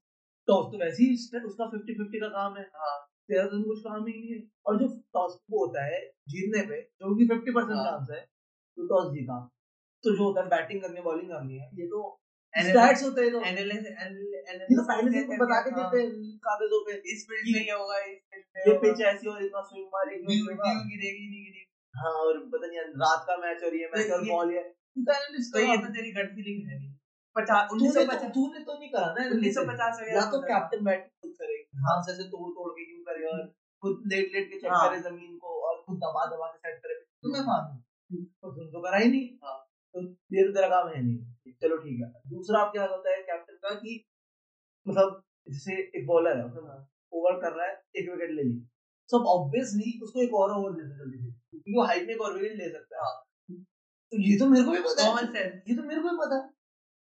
S2: टॉस तो वैसे ही स्ट- उसका फिफ्टी फिफ्टी का काम है हाँ तेरा तो कुछ काम ही नहीं है और जो टॉस वो होता है जीतने पे जो कि फिफ्टी परसेंट
S1: हाँ।
S2: चांस है तो टॉस जीता तो जो होता है बैटिंग करनी बॉलिंग करनी है ये तो
S1: Analysis-
S2: स्टैट्स होते हैं ये तो
S1: analysis- anal-
S2: ये तो
S1: analysis
S2: पहले से
S1: करके,
S2: उनको बता के
S1: हाँ,
S2: देते हैं कागजों पे
S1: इस फील्ड में ये होगा इस फील्ड में
S2: ये
S1: होगा।
S2: पिच ऐसी और इतना स्विंग
S1: ड्यू-
S2: मारेगा
S1: ड्यू गिरेगी नहीं गिरेगी
S2: हाँ और पता नहीं रात का मैच और ये मैच
S1: तो
S2: और
S1: ये-
S2: बॉल ये
S1: तो ये तो तेरी गट फीलिंग है नहीं पचास उन्नीस सौ पचास
S2: हाँ। तूने तो नहीं करा ना
S1: उन्नीस सौ पचास
S2: या तो कैप्टन बैटिंग खुद करे हाँ से तोड़ तोड़ के यूं करे और खुद लेट लेट के चेक
S1: हाँ।
S2: करे जमीन को और खुद दबा दबा के सेट करे तो मैं मानू तो तुम तो करा ही नहीं
S1: हाँ।
S2: तो ये तो तेरा काम है नहीं चलो ठीक है दूसरा आप क्या होता है कैप्टन का कि मतलब जैसे एक बॉलर है उसने ओवर कर रहा है एक विकेट ले ली सब ऑब्वियसली उसको एक और ओवर देते जल्दी से क्योंकि वो हाइट में एक और विकेट ले सकता है हाँ। तो ये तो मेरे को भी पता है
S1: कॉमन सेंस
S2: ये तो मेरे को भी पता है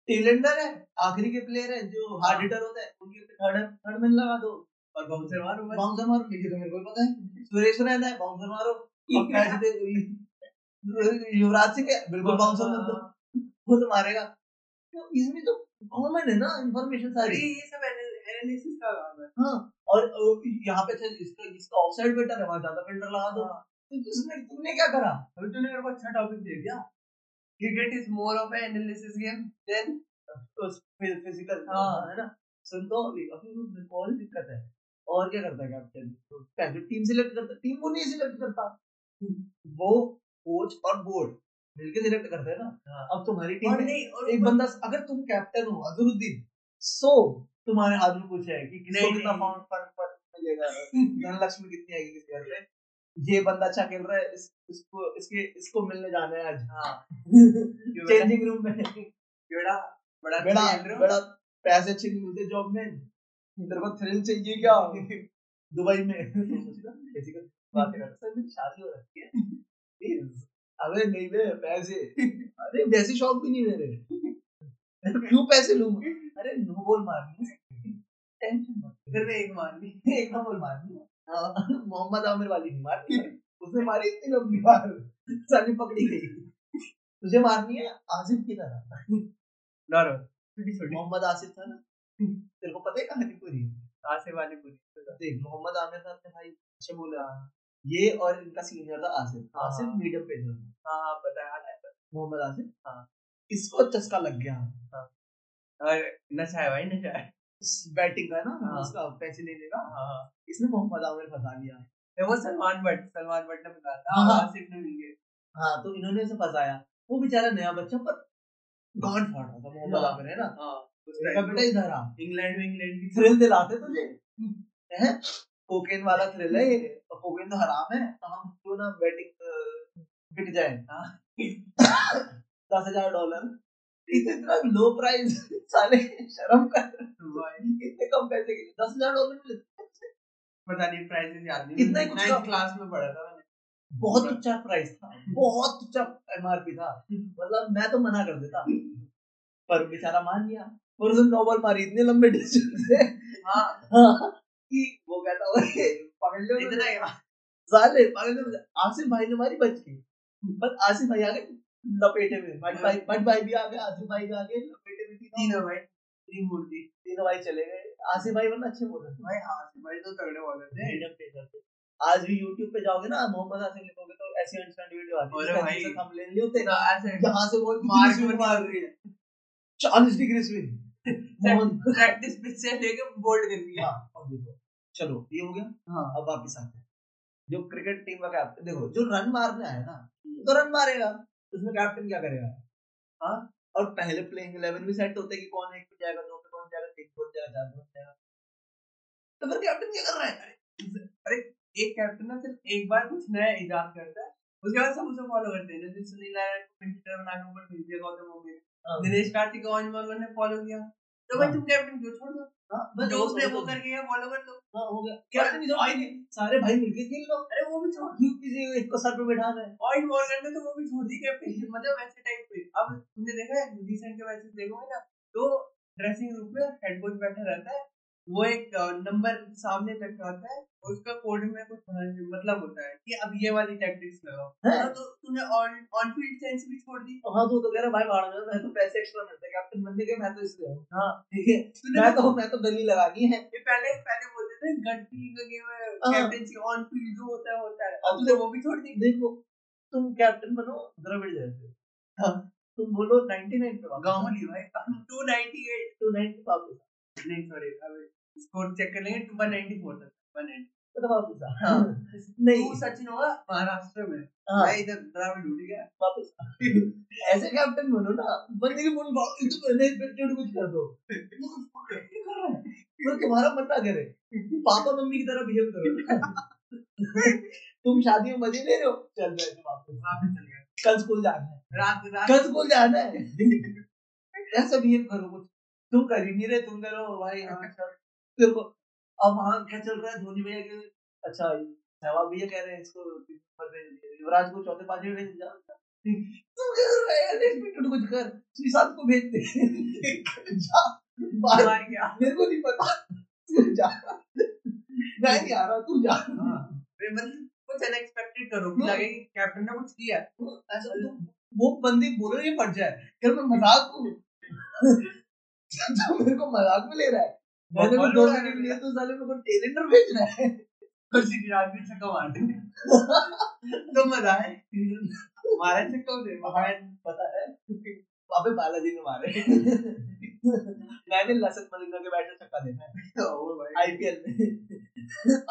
S2: टेलेंडर है आखिरी के प्लेयर है जो हार्ड हिटर होता है उनकी थर्ड थर्ड मैन लगा दो
S1: और बाउंसर मारूंगा
S2: बाउंसर मारो ये तो मेरे को भी पता है सुरेश रैना है बाउंसर मारो और कैच दे युवराज सिंह है
S1: हाँ।
S2: बिल्कुल बाउंसर मत दो वो तो मारेगा तो इसमें तो कॉमन है ना इंफॉर्मेशन
S1: अरे
S2: सारी
S1: ये सब एनालिसिस का काम है
S2: हाँ और अ, यहाँ पे अच्छा इसका इसका ऑफसाइड बेटर है वहाँ ज्यादा फिल्टर लगा दो
S1: हाँ।
S2: तो इसमें तुमने क्या करा
S1: अभी तूने मेरे को अच्छा टॉपिक दे दिया cricket is more of an analysis game than
S2: physical
S1: हाँ।
S2: है ना सुन तो अभी अभी वो मेरे को और दिक्कत है और क्या करता है कैप्टन पहले टीम सिलेक्ट करता टीम को नहीं सिलेक्ट करता वो कोच और बोर्ड मिलके सिलेक्ट करते हैं ना अब तुम्हारी टीम
S1: हाँ। और
S2: में
S1: नहीं और
S2: एक बंदा अगर तुम कैप्टन हो अजरुद्दीन सो तुम्हारे हाथ में कुछ है कि किसको
S1: नहीं,
S2: कितना
S1: नहीं।
S2: पाउंड पर पर मिलेगा धनलक्ष्मी कितनी आएगी किसके घर पे ये बंदा अच्छा खेल रहा है इस, इसको इसके इसको मिलने जाना है आज
S1: हाँ
S2: चेंजिंग रूम में
S1: बेड़ा बड़ा
S2: बड़ा
S1: खेल रहे हो।
S2: बड़ा पैसे अच्छे नहीं मिलते जॉब में तेरे को थ्रिल चाहिए क्या दुबई में किसी को बात कर सर मेरी शादी हो रखी है Please, अबे नहीं बे पैसे अरे वैसे शौक भी नहीं मेरे क्यों पैसे लूंगी अरे नो बॉल मारनी है। टेंशन मत
S1: फिर मैं एक मान ली
S2: ले। एक नो बॉल मारनी है। हाँ, मोहम्मद आमिर वाली नहीं मारनी है। उसने मारी इतनी लंबी बार साली पकड़ी गई तुझे मारनी है आसिफ की तरह
S1: डरो छोटी छोटी
S2: मोहम्मद आसिफ था ना तेरे को पता है कहानी पूरी
S1: आसे वाली पूरी
S2: देख मोहम्मद आमिर था अपने भाई अच्छे बोला ये और इनका सीनियर था आसिफ
S1: हाँ।
S2: आसिफ मीडियम पेज था
S1: हाँ हाँ पता है हाँ, पता
S2: मोहम्मद आसिफ
S1: हाँ।
S2: इसको चस्का लग गया
S1: है। और नशा है भाई नशा है
S2: इस बैटिंग का ना
S1: हाँ।
S2: उसका पैसे लेने का
S1: हाँ
S2: इसने मोहम्मद आमिर फंसा लिया
S1: ये वो सलमान भट्ट सलमान भट्ट ने बताया था
S2: हाँ, हाँ।
S1: आसिफ ने मिलके
S2: हाँ तो इन्होंने उसे फंसाया वो बेचारा नया बच्चा पर गांड फाड़ रहा था मोहम्मद
S1: हाँ।
S2: आमिर है ना
S1: हाँ
S2: उनका बेटा इधर आ
S1: इंग्लैंड में इंग्लैंड की
S2: थ्रिल दिलाते तुझे हैं कोकेन वाला थ्रिल है ये और कोकेन तो हराम है तो हम क्यों ना बैटिंग बिक जाए
S1: हाँ।
S2: दस हजार डॉलर इतना लो प्राइस साले शर्म कर इतने कम पैसे के लिए दस हजार डॉलर मिले
S1: पता नहीं प्राइसेस याद नहीं
S2: कितना ही कुछ
S1: Ninth
S2: का-
S1: क्लास में पढ़ा था मैंने
S2: बहुत अच्छा प्राइस था बहुत अच्छा एमआरपी था मतलब मैं तो मना कर देता पर बेचारा मान गया और उसने नोबल मारी इतने लंबे डिस्टेंस से
S1: हाँ
S2: हाँ, कि वो कहता ओए पकड़ लो
S1: इतना ही हाँ,
S2: तो साले पकड़ लो आसिफ भाई ने मारी बच गई बस आसिफ भाई आ गए लपेटे में भट्ट भाई भट्ट भाई भी आ गए आसिफ भाई भी आ गए लपेटे में तीनों
S1: तीनों भाई त्रिमूर्ति
S2: तीनों भाई चले गए आसिफ भाई वरना अच्छे बोलते थे
S1: भाई हाँ भाई तो तगड़े बॉलर थे
S2: Freedom Chaser थे। आज भी YouTube पे जाओगे ना मोहम्मद आसिफ लिखोगे तो ऐसी अनस्टैंड वीडियो आती
S1: अरे
S2: है
S1: भाई।
S2: थंबनेल नहीं होते
S1: तो ऐसे
S2: यहाँ से बॉल
S1: मार
S2: मार
S1: मार रही है
S2: 40 degree swing Mohan
S1: practice pitch से लेके बोल्ड कर दिया
S2: हाँ अब देखो चलो ये हो गया
S1: हाँ
S2: अब वापस आते हैं जो क्रिकेट टीम का कैप्टन देखो जो रन मारने आया ना तो रन मारेगा उसमें कैप्टन क्या करेगा हाँ और पहले प्लेइंग 11 भी सेट होते हैं कि कौन एक पे जाएगा दो पे कौन जाएगा तीन पे कौन जाएगा चार पे कौन जाएगा तो फिर कैप्टन क्या कर रहा है
S1: एक कैप्टन ना सिर्फ एक बार कुछ नया इजाद करता है उसके बाद सब उसे फॉलो करते हैं जैसे सुनील नारायण को कंसिडर बना के ऊपर भेज दिया गौतम गंभीर दिनेश कार्तिक और अजमल ने फॉलो किया तो भाई
S2: हाँ।
S1: तुम कैप्टन क्यों छोड़ दो
S2: हाँ, बस
S1: जो
S2: वो-
S1: उसने
S2: वो
S1: वो करके गया फॉलो कर लो
S2: हाँ, हो गया कैप्टन इधर आएंगे सारे भाई मिलके खेल लो
S1: अरे वो भी छोड़
S2: क्यों किसी एक को सर पे बैठा रहे हैं?
S1: और मॉर्गन ने तो वो भी छोड़ दी कैप्टन मतलब ऐसे टाइप पे अब तुमने देखा है रिसेंट के मैचेस देखोगे ना तो ड्रेसिंग रूम में हेड कोच बैठा रहता है वो एक नंबर सामने लटकाता है और उसका कोड में कुछ मतलब होता है कि अब ये वाली टैक्टिक्स लगाओ
S2: हैं?
S1: तो तूने ऑन ऑन फील्ड सेंस भी छोड़ दी
S2: तो हाँ तो वो तो कह रहा है, भाई भाड़ में मैं तो पैसे एक्स्ट्रा मिलते हैं कैप्टन बनने के मैं तो इसलिए हूँ।
S1: हाँ
S2: ठीक है
S1: तूने
S2: मैं तो मैं तो गली लगानी है
S1: ये पहले पहले बोलते थे गट फीलिंग का गेम है
S2: हाँ।
S1: कैप्टेंसी ऑन फील्ड जो होता है होता है
S2: अब
S1: अब तूने वो भी छोड़ दी
S2: देखो तुम कैप्टन बनो द्रविड़ जैसे हाँ, तुम बोलो 99 पे वापस आओ।
S1: गांगुली भाई 298
S2: 290 पे वापस आओ,
S1: नहीं सॉरी अब स्कोर चेक कर लेंगे 194 था 190
S2: तो वापस आओ।
S1: हाँ।
S2: नहीं
S1: तू सचिन होगा महाराष्ट्र में
S2: हाँ,
S1: मैं इधर द्राविड उठ गया
S2: वापस आओ। ऐसे कैप्टन बनो ना बंदे की बोल भाव तो मैंने एक्सपेक्टेड कुछ कर दो तो क्या कर रहा है तो तुम्हारा मन ना करे पापा मम्मी की तरह बिहेव करो तुम शादी में मजे ले रहे हो चल बैठो वापस
S1: वहाँ पे चल गया
S2: कल स्कूल जाना है
S1: रात रात
S2: कल स्कूल जाना है ऐसा बिहेव करो कुछ तुम कर ही नहीं रहे तुम करो भाई हाँ चल तेरे को अब वहाँ क्या चल रहा है धोनी भैया के अच्छा सहवाग भैया कह रहे हैं इसको पर भेज दिया युवराज को चौथे पांचवे भेज दिया तुम क्या कर रहे हो अनएक्सपेक्टेड कुछ कर श्रीशांत को भेज दे जा बाहर
S1: मार गया
S2: मेरे को नहीं पता तू जा मैं नहीं आ रहा तू जा
S1: हाँ। फिर मतलब कुछ अनएक्सपेक्टेड करो
S2: हाँ।
S1: लगे कि कैप्टन ने कुछ किया
S2: ऐसा तो वो बंदे बोल रहे हैं फट जाए फिर मैं मजाक हूँ तो मेरे को मजाक में ले रहा है मैंने भी
S1: Ball
S2: दो
S1: उड़ा रहा
S2: मिनट
S1: है।
S2: लिए तो साले मेरे को टेलेंडर भेज रहा है
S1: और सीधी रात में छक्का मार दे तो मजा है मारा छक्का उसे
S2: हाँ, पता है अबे बालाजी ने मारे मैंने लसत मलिंगा के बैट से छक्का देखा है
S1: ओ तो भाई
S2: आईपीएल में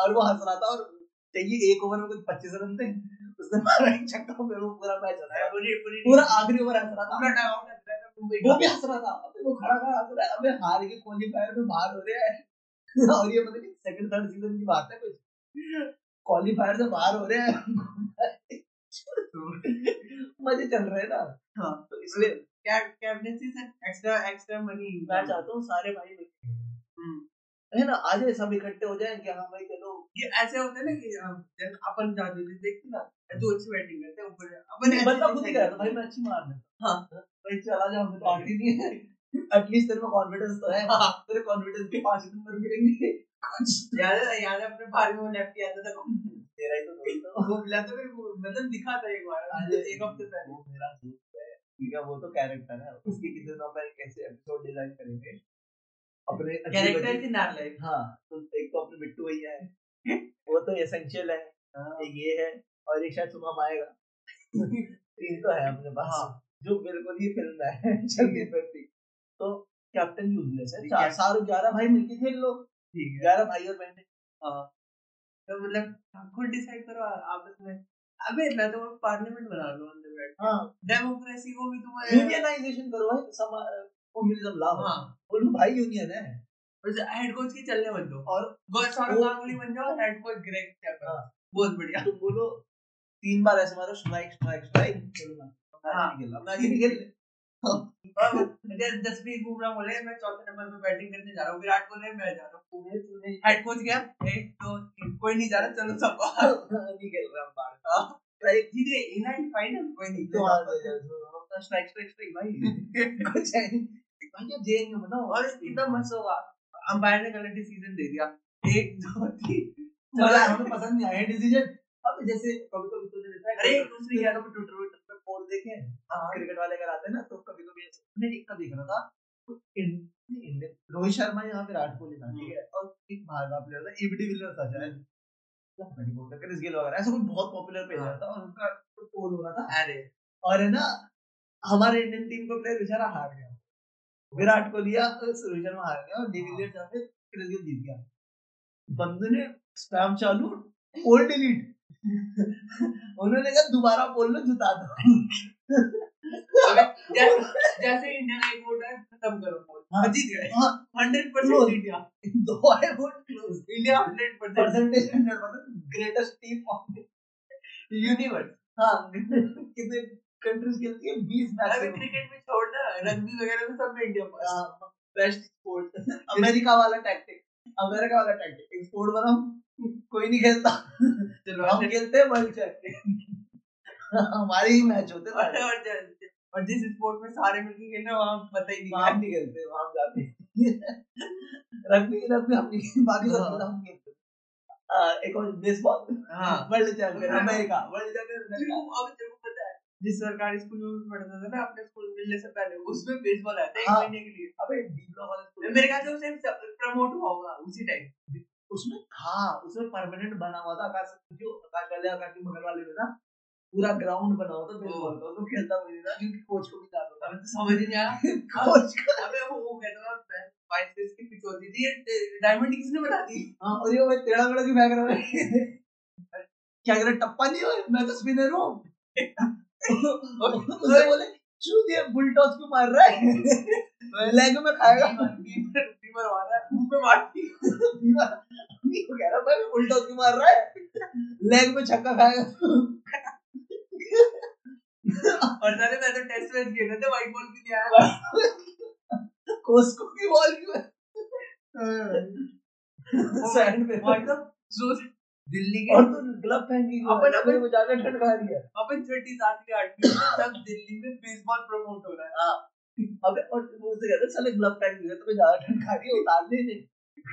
S2: और वो हंस रहा था और चाहिए एक ओवर में कुछ पच्चीस रन थे उसने मारा एक छक्का मेरे को पूरा मैच हंसा
S1: पूरी पूरी
S2: पूरा आखिरी ओवर हंस रहा था
S1: पूरा डाउन लग रहा था मुंबई
S2: वो भी हंस रहा था अबे वो खड़ा खड़ा हंस रहा है अबे हार के क्वालीफायर में बाहर हो रहे हैं और ये मतलब सेकंड थर्ड सीजन की बात है कुछ क्वालीफायर से बाहर हो रहे हैं मजे चल रहे हैं ना
S1: का हाँ
S2: तो इसलिए
S1: कैप कैप्टनसी से एक्स्ट्रा एक्स्ट्रा मनी
S2: मैं चाहता हूँ सारे भाई मिलके-
S1: हम्म।
S2: है ना आज सब इकट्ठे हो जाए कि हाँ भाई चलो
S1: ये ऐसे होता है ना कि अ, जैसे अपन जाते थे देखते ना तो अच्छी बैटिंग करते हैं ऊपर अपन ऐसे
S2: बंदा मतलब खुद ही
S1: decide
S2: कह रहा था
S1: करते
S2: भाई
S1: हैं।
S2: मैं अच्छी मार लेता
S1: हाँ।
S2: भाई चला जा हमें पार्टी तो नहीं है एटलीस्ट तेरे में कॉन्फिडेंस तो है तेरे कॉन्फिडेंस के पांच नंबर मिलेंगे कुछ
S1: याद है याद है अपने बारे में लेफ्ट आता था
S2: तेरा ही तो दोस्त है।
S1: वो मिला था फिर वो- मतलब दिखा था एक बार
S2: अरे
S1: एक हफ्ते पहले
S2: वो मेरा दोस्त है ठीक है वो तो कैरेक्टर है उसके किसी दिन अपन कैसे एपिसोड डिजाइन करेंगे अपने अजीब
S1: कैरेक्टर
S2: अजीब-
S1: की नार लाइफ
S2: हाँ तो एक तो अपने बिट्टू भैया है वो तो एसेंशियल है एक ये है और एक शायद शुभम आएगा तीन तो है अपने पास
S1: हाँ।
S2: जो बिल्कुल ही फिल्म है चलती फिरती तो कैप्टन यूजलेस है चार
S1: Captain-
S2: सारे ग्यारह भाई मिलके खेल लो
S1: अच्छा। ठीक है
S2: ग्यारह भाई और बहन
S1: तो मतलब आप खुद डिसाइड करो आ- आपस में अबे मैं तो पार्लियामेंट बना लो अंदर बैठ
S2: हाँ
S1: डेमोक्रेसी को भी तो तुम्हारे
S2: यूनियनाइजेशन करो भाई समा कम्युनिज्म लाओ
S1: हाँ
S2: बोलो भाई यूनियन है
S1: हेड कोच की चलने मत दो
S2: और
S1: गो- सौरव
S2: वो-
S1: गांगुली बन जाओ हेड कोच ग्रेग चैपल
S2: हाँ।
S1: बहुत बढ़िया
S2: तुम बोलो तीन बार ऐसे मारो स्ट्राइक स्ट्राइक स्ट्राइक चलो ना
S1: हाँ,
S2: मैच निकल
S1: मैच
S2: मैच निकल
S1: और जैसे जसप्रीत बुमराह बोले मैं चौथे नंबर पे बैटिंग करने जा रहा हूँ विराट कोहली मैं जा रहा हूँ तो
S2: तुम्हें तुम्हें
S1: हेड कोच गया एक दो तीन तो कोई नहीं जा रहा चलो सब बाहर।
S2: निकल रहा बाहर
S1: हाँ,
S2: स्ट्राइक
S1: जीत गए इनलाइन फाइनल कोई नहीं
S2: तो हार गए स्ट्राइक स्ट्राइक स्ट्राइक भाई कुछ है नहीं। भाई अब जेएनयू बताओ
S1: और कितना मस्त होगा अंपायर ने गलत डिसीजन दे दिया एक दो तीन
S2: तो चला हमें पसंद नहीं आया डिसीजन अब जैसे कभी कभी तुझे देखा है
S1: अरे
S2: अरे
S1: दूसरी
S2: दूसरे यार पे ट्विटर ट्विटर पे पोल देखे क्रिकेट वाले अगर आते हैं ना तो कभी कभी मैंने एक का देखना था तो इन- नहीं, इंडियन रोहित शर्मा यहाँ विराट कोहली था ठीक है और एक बाहर का प्लेयर था एबीडी विलियर्स था शायद क्या पता नहीं बोलते क्रिस गेल वगैरह ऐसा कोई बहुत पॉपुलर प्लेयर
S1: हाँ।
S2: था और उनका पोल हो रहा था
S1: अरे
S2: और है ना हमारे इंडियन टीम का प्लेयर बेचारा हार गया विराट कोहली या रोहित शर्मा हार गया और डिविलियर जाके क्रिस गेल जीत गया बंदे ने स्पैम चालू पोल डिलीट उन्होंने कहा दोबारा पोल में जुटा दो तो
S1: जैसे जैसे इंडियन आई वोट है खत्म करो
S2: हाँ।
S1: बोल जीत गए
S2: हाँ,
S1: 100% इंडिया
S2: दो I would close
S1: India 100%
S2: percentage greatest team of universe हाँ कितने कंट्रीज खेलती है 20
S1: अभी
S2: मैच
S1: क्रिकेट में छोड़ ना रग्बी वगैरह में सब में India first best sport
S2: America वाला टैक्टिक अमेरिका वाला टैक्टिक एक्सपोर्ट वाला कोई नहीं खेलता हम खेलते हैं वर्ल्ड चैंपियन हमारे ही मैच होते
S1: और
S2: हैं
S1: और जैसे- और जिस स्पोर्ट में सारे मिलके खेल रहे हैं वहाँ पता ही
S2: वहाँ हम
S1: नहीं
S2: नहीं खेलते वहाँ हम जाते रग्बी रग्बी हम नहीं बाकी सब खेलते, हम खेलते आ, एक और बेसबॉल
S1: हाँ
S2: world champion America world champion
S1: तेरे
S2: अमेरिका
S1: को- अब तेरे को पता है जिस सरकारी स्कूल में मैं पढ़ता था ना अपने स्कूल मिलने से पहले उसमें बेसबॉल आया था एक
S2: हाँ।
S1: महीने के लिए तो
S2: अबे डिप्लोमा वाला स्कूल
S1: मेरे ख्याल से उसे प्रमोट हुआ होगा उसी टाइम
S2: उसमें था उसमें परमानेंट बना हुआ था आकाश जो आकाश वाले आकाश के बगल वाले में ना पूरा ग्राउंड बना हुआ था बेसबॉल का उसमें खेलता कोई नहीं था क्योंकि कोच को भी जानता
S1: अबे तो समझ ही नहीं आया
S2: था कोच का
S1: अबे वो वो कहता था बाईस पेस की पिच होती थी ये डायमंड किसने बना दी
S2: हाँ और ये मैं टेढ़ा मेढ़ा की फेंक रहा है क्या कह रहा है, टप्पा नहीं हो मैं तो स्पिनर हूँ उसे बोले चू दिया बुल टॉस क्यों मार रहा है लेग में खाएगा
S1: बीमर बीमर बीमर वाला मुंह पे मारती
S2: नहीं, वो कह रहा भाई बुल टॉस क्यों मार रहा है लेग में छक्का खाएगा तू।
S1: और सारे मैं तो टेस्ट मैच खेल रहे थे वाइट बॉल भी नहीं आया
S2: कोस्को की बॉल क्यों है सैंड पे
S1: हाँ। और तो जो दिल्ली के
S2: और तू ग्लव पहनी हुई है,
S1: अपन-
S2: कोई
S1: अपन-
S2: बजा के ठंडा रही है
S1: अपन छठी सातवीं आठवीं में सब दिल्ली में बेसबॉल प्रमोट हो रहा है
S2: हाँ। अबे और वो से कहते साले ग्लव पहन लिया तो ज्यादा ठंड खा रही है उतार ले ले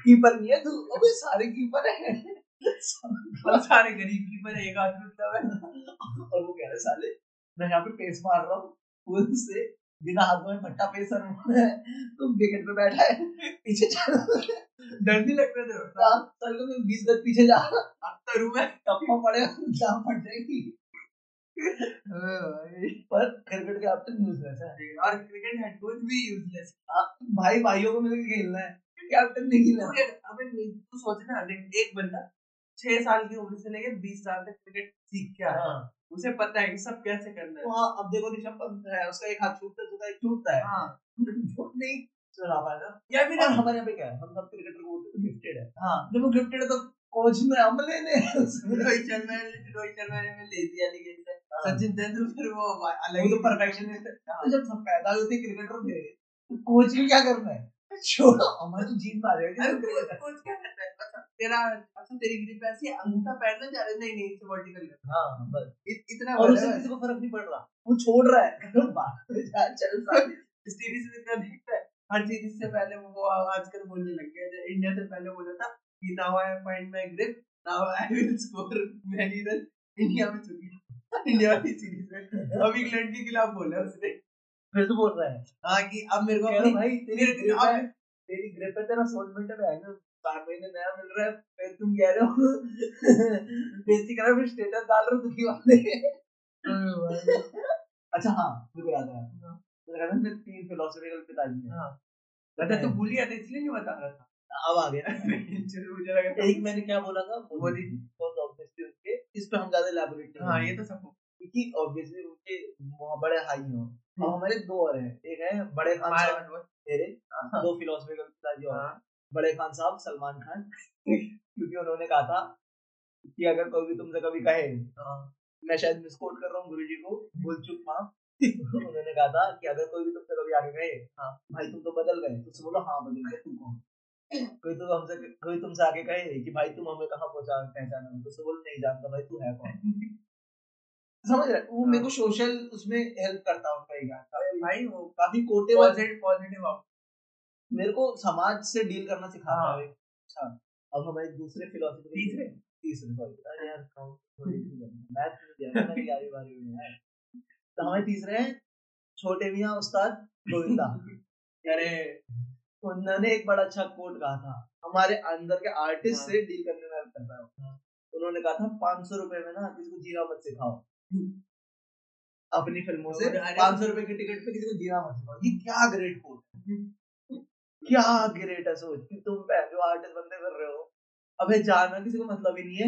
S2: कीपर नहीं है तू अबे सारे कीपर है
S1: और सारे गरीब की पर एक आदमी मतलब है
S2: और वो कह रहे साले मैं यहाँ पे पेस मार रहा हूँ पूल से बिना हाथ में भट्टा पेसर हूँ तू विकेट पे बैठा है पीछे जा
S1: डर नहीं लगता तेरे को
S2: चल तो बीस गज पीछे जा
S1: अब तो रूम है
S2: टप्पा पड़ेगा जाम फट जाएगी पर क्रिकेट के आपसे न्यूज़लेस है
S1: और क्रिकेट हेड कोच भी यूजलेस
S2: हाँ, भाई भाइयों को मिलकर खेलना है कैप्टन नहीं खेलना
S1: अबे नहीं, तू सोच ना देख, एक बंदा छह साल की उम्र से लेके बीस साल तक क्रिकेट सीख के आया है।
S2: हाँ
S1: उसे पता है कि सब कैसे करना है
S2: तो हाँ, अब देखो ऋषभ पंत है उसका एक हाथ छूटता है, दूसरा एक छूटता है
S1: हाँ
S2: वो नहीं चला पाया ना
S1: या फिर
S2: और हमारे यहाँ पे क्या है हम सब क्रिकेटर को बोलते हैं गिफ्टेड है
S1: हाँ
S2: जब वो गिफ्टेड है तो कोच ने हमले ने
S1: रोहित शर्मा रोहित शर्मा ने ले दिया लेकिन सचिन तेंदुलकर वो अलग
S2: हाँ। वो तो
S1: ही-
S2: perfectionist है।
S1: हाँ।
S2: तो जब सब पैदा होते हैं क्रिकेटर थे तो कोच भी क्या करना है छोड़ो हमारे तो जीत मारेगा
S1: अरे कोच कोच क्या करता है अच्छा तेरा अच्छा तेरी ग्रिप ऐसी है, अंगूठा पैर ना जा रहा है। नहीं नहीं इसे वर्टिकल
S2: हाँ बस
S1: कर इतना
S2: और
S1: बड़ा
S2: उससे
S1: है।
S2: किसी को फर्क नहीं पड़ रहा वो छोड़ रहा है बाहर जा, चल साले।
S1: सीरीज में इतना देखता है हर सीरीज से पहले वो आजकल बोलने लग गया है इंडिया से पहले बोला था कि now I find my grip now I will score many run India में चुकी इंडिया वाली सीरीज में अब इंग्लैंड के खिलाफ बोला उसने
S2: फिर तो बोल रहा है
S1: हाँ कि अब मेरे को
S2: कह रहा
S1: अपनी
S2: भाई तेरी
S1: मेरे को
S2: grip
S1: अब-
S2: है तेरी ग्रिप है तेरा सोलमेंट है भाई चार महीने नया मिल रहा है फिर तुम कह रहे हो बेसी कर रहे हो, फिर स्टेटस डाल रहे हो दुखी वाले अच्छा हाँ मुझे याद आया मैंने कहा था मैं तीन फिलोसफिकल किताबें हैं
S1: हाँ। अच्छा तू भूल गया था इसलिए नहीं बता रहा था
S2: अब आ गया
S1: चलो, मुझे लगा था-
S2: एक मैंने क्या बोला था
S1: वो
S2: मोदी बहुत ऑब्वियसली तो उनके इस पे हम ज्यादा इलेबोरेट नहीं
S1: हाँ
S2: करेंगे।
S1: ये तो सबको
S2: क्योंकि ऑब्वियसली उनके वहाँ बड़े हाई हो और हमारे दो और हैं एक है बड़े खान
S1: हमारे
S2: साहब मेरे दो फिलोसफिकल किताबें और हैं।
S1: हाँ
S2: बड़े खान साहब सलमान खान क्योंकि उन्होंने कहा था कि अगर कोई भी तुमसे कभी कहे मैं शायद मिसकोट कर रहा हूँ गुरुजी को बोल चुप माँ उन्होंने कहा था कि अगर कोई भी तुमसे कभी आगे कहे
S1: हाँ।
S2: भाई तुम तो बदल गए तुमसे बोलो हाँ बदल गए तुम कौन कोई तो हमसे कोई तुमसे आके कहे कि भाई तुम हमें कहाँ पहुंचा पहचाना हो तुमसे बोलो नहीं जानता भाई तू है कौन हाँ। समझ रहे वो मेरे को सोशल उसमें हेल्प करता उनका ही ज्ञान काफी-
S1: भाई वो
S2: काफी कोटे वाले
S1: पॉजिटिव पॉजिटिव
S2: मेरे को समाज से डील करना सिखाता
S1: हाँ।
S2: है अच्छा अब हमारे दूसरे फिलोसफी
S1: तीसरे?
S2: तीसरे सॉरी अरे यार मैथ में जाना मैंने ग्यारहवीं बारहवीं में है तो हमारे तीसरे हैं छोटे मियाँ उस्ताद गोविंदा अरे तो उन्होंने एक बड़ा अच्छा कोट कहा था हमारे अंदर के आर्टिस्ट
S1: हाँ।
S2: से डील करने में help करता है
S1: हाँ।
S2: उन्होंने कहा था पाँच सौ रुपए में ना किसी को जीरा मत सिखाओ अपनी फिल्मों से
S1: अरे-
S2: पाँच सौ रुपए की टिकट पे किसी को जीरा मत सिखाओ ये क्या ग्रेट कोट
S1: हम्म।
S2: क्या ग्रेट है सोच कि तुम पहले जो आर्टिस्ट बनते कर रहे हो अबे जानना किसी को मतलब ही नहीं है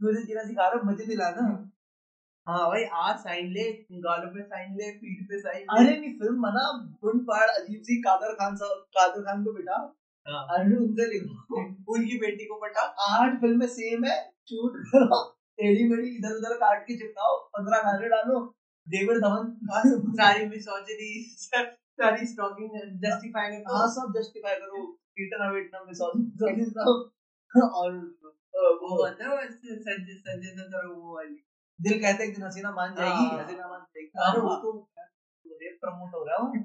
S2: तू मुझे जीना सिखा रहा है, मुझे दिलाना
S1: हाँ भाई आज साइन ले गालों पे साइन ले पीठ पे साइन
S2: अरे नहीं फिल्म बना गुन पाड़ अजीब सी कादर खान साहब कादर खान को बिठा
S1: हाँ।
S2: अरे उनसे लिखो
S1: उनकी बेटी को पटा
S2: आठ फिल्में सेम है शूट करो टेढ़ी मेढ़ी इधर उधर काट के चिपकाओ पंद्रह गाने डालो डेविड धवन
S1: सारी मिसोजिनी सारी स्टॉकिंग जस्टिफाई करता
S2: हाँ सब जस्टिफाई करो इतना वेटना में सॉरी और अ,
S1: वो
S2: वो
S1: आता है वो ऐसे संजय संजय दत्त और वो वाली
S2: दिल कहते हैं एक दिन हसीना मान जाएगी
S1: हाँ।
S2: हसीना मान जाएगी अरे
S1: हाँ।
S2: उसको मुझे प्रमोट हो रहा हूँ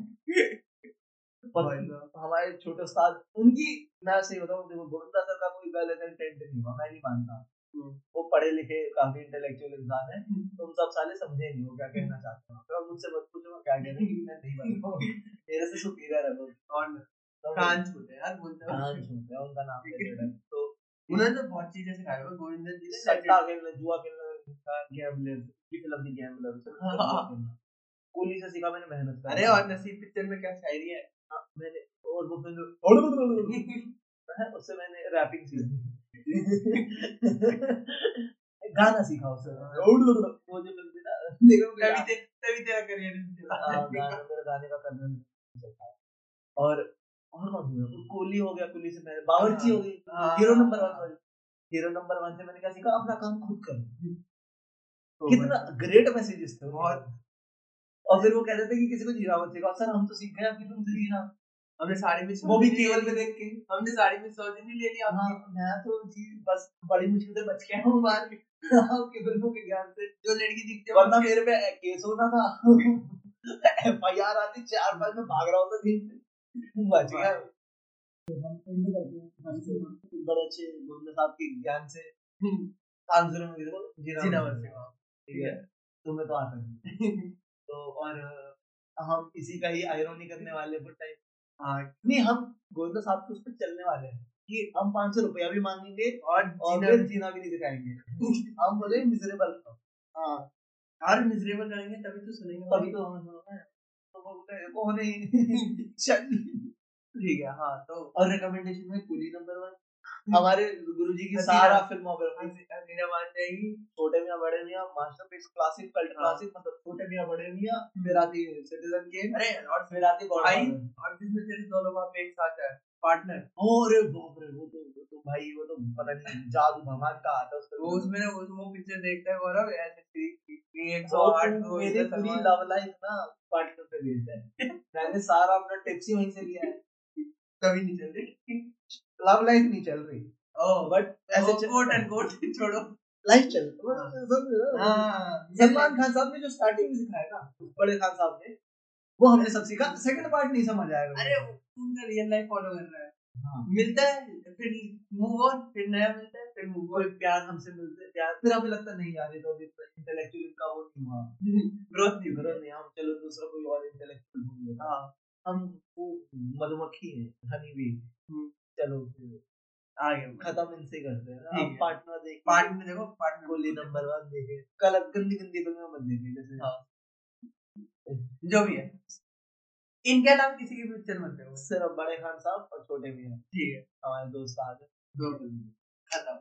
S2: हमारे छोटे उस्ताद उनकी मैं सही बताऊँ देखो गोविंदा सर का कोई पहले दिन टेंट नहीं हुआ मैं नहीं मानता
S1: हम्म।
S2: वो पढ़े लिखे काफी इंटेलेक्चुअल इंसान है तुम सब साले समझे नहीं हो क्या कहना चाहते हो तो मुझसे मत पूछो मैं क्या कह रहा हूँ मैं नहीं बताऊँ मेरे से सुपीरियर है वो
S1: और
S2: तो
S1: कान छूटे यार बोलते हैं।
S2: कान छूट गया उनका नाम ले रहे हैं। तो
S1: उन्होंने तो बहुत चीजें सिखाई हुई गोविंदन जी ने
S2: सट्टा खेलना जुआ खेलना गैम्बलर की फिल्म थी
S1: हाँ।
S2: गैम्बलर गोली से सीखा मैंने मेहनत
S1: अरे और नसीब पिक्चर में क्या शायरी है
S2: हाँ, मैंने और वो फिल्म उससे मैंने रैपिंग सीखी गाना सीखा उससे मैंने। वो जो फिल्म थी ना देखो क्या-
S1: तभी ते, तभी तेरा करियर
S2: हाँ, गाना- मेरे गाने का कदम सीखा। और और कौन सी फिल्म? कोहली हो गया कोहली से मैंने बावर्ची हो गई
S1: हाँ।
S2: Hero number one sorry hero number one से मैंने क्या सीखा अपना काम खुद करो कितना ग्रेट मैसेजेस थे
S1: बहुत।
S2: और फिर वो कहते थे कि किसी को जीरा मत सिखाओ सर हम तो सीख गए आपकी फिल्म से जीना
S1: हमने साड़ी में
S2: वो भी केवल में देख के
S1: हमने साड़ी में सौजनी ले लिया
S2: हाँ मैं तो जी बस बड़ी मुश्किल से बच गया हूँ बाहर
S1: हाँ,
S2: आपकी फिल्मों के ज्ञान से
S1: जो लड़की दिखते
S2: वरना मेरे पे केस होना था एफ आई आर आती चार पांच में भाग रहा होता दिन में बच गया
S1: हाँ।
S2: बड़े अच्छे गोविंदा साहब के ज्ञान से आंसर में मेरे को जीना
S1: जीना
S2: मत
S1: मत
S2: सिखाओ ठीक है तुम्हें तो आता नहीं तो और अ, हम इसी का ही आयरोनी करने वाले पर टाइम हाँ, नहीं हम गोविंदा साहब के उस पर चलने वाले हैं कि हम पाँच सौ रुपया भी मांगेंगे
S1: और
S2: और
S1: जीना
S2: फिर जीना भी नहीं दिखाएंगे हम बोले मिजरेबल हाँ
S1: और मिजरेबल रहेंगे तभी तो सुनेंगे
S2: तभी तो हम सुना है। तो वो बोलते हैं, "ओ नहीं चल
S1: ठीक है हाँ तो
S2: और रिकमेंडेशन में कुली नंबर वन हमारे गुरुजी की
S1: हसीना।
S2: सारा फिल्मोग्राफी
S1: हसीना मान जाएगी
S2: Chhote Miyan Bade Miyan masterpiece classic cult
S1: हाँ। हम्म।
S2: क्लासिक मतलब छोटे मियां बड़े मियां फिर आती सिटीजन गेम
S1: अरे और
S2: फिर आती
S1: आई
S2: गॉडफादर
S1: और जिसमें तेरे दोनों बाप एक साथ है पार्टनर
S2: और बाप रे वो तो वो तो भाई वो तो पता नहीं जादू भगवान का आता है
S1: वो उसमें ना उस वो पिक्चर देखता है गौरव ऐसे थ्री- थ्री- एक सौ आठ
S2: तो
S1: वो
S2: मेरे
S1: इधर
S2: पूरी
S1: सलमान-
S2: लव लाइफ ना पार्टनर पे भेजता है मैंने सारा अपना टिप्स ही वहीं से लिया है
S1: कभी नहीं चल रही
S2: लव लाइफ नहीं चल रही
S1: ओह
S2: बट ऐसे चल-
S1: कोट एंड कोट छोड़ो
S2: लाइफ चल
S1: हाँ।
S2: समझ रहे हो?
S1: हाँ
S2: सलमान खान साहब ने जो स्टार्टिंग में सिखाया ना बड़े खान साहब ने वो हमने सब सीखा सेकंड पार्ट नहीं समझ आएगा
S1: अरे वो उनका रियल लाइफ फॉलो कर रहा है
S2: हाँ।
S1: मिलता है फिर मूव ऑन फिर नया मिलता है फिर मूव
S2: कोई प्यार हमसे मिलते प्यार फिर हमें लगता नहीं यार ये तो अभी इंटेलेक्चुअल इनका वो नहीं हुआ
S1: ऑन ग्रोथ नहीं
S2: फिगर नहीं हम चलो दूसरा कोई और इंटेलेक्चुअल हो गया
S1: हाँ
S2: हम वो मधुमक्खी है हनी भी
S1: हम्म।
S2: चलो फिर
S1: आगे
S2: खत्म तो इनसे करते हैं
S1: ठीक
S2: हम
S1: है।
S2: पार्टनर देखे
S1: पार्ट में देखो पार्ट
S2: गोली नंबर वन देखे गलत गंदी गंदी फिल्में मत देखे जैसे
S1: हाँ। जो भी है इनके अलावा किसी की पिक्चर मत देखो
S2: सिर्फ बड़े खान साहब और छोटे भी हैं
S1: ठीक है
S2: हमारे दोस्त आ गए
S1: दो फिल्म खत्म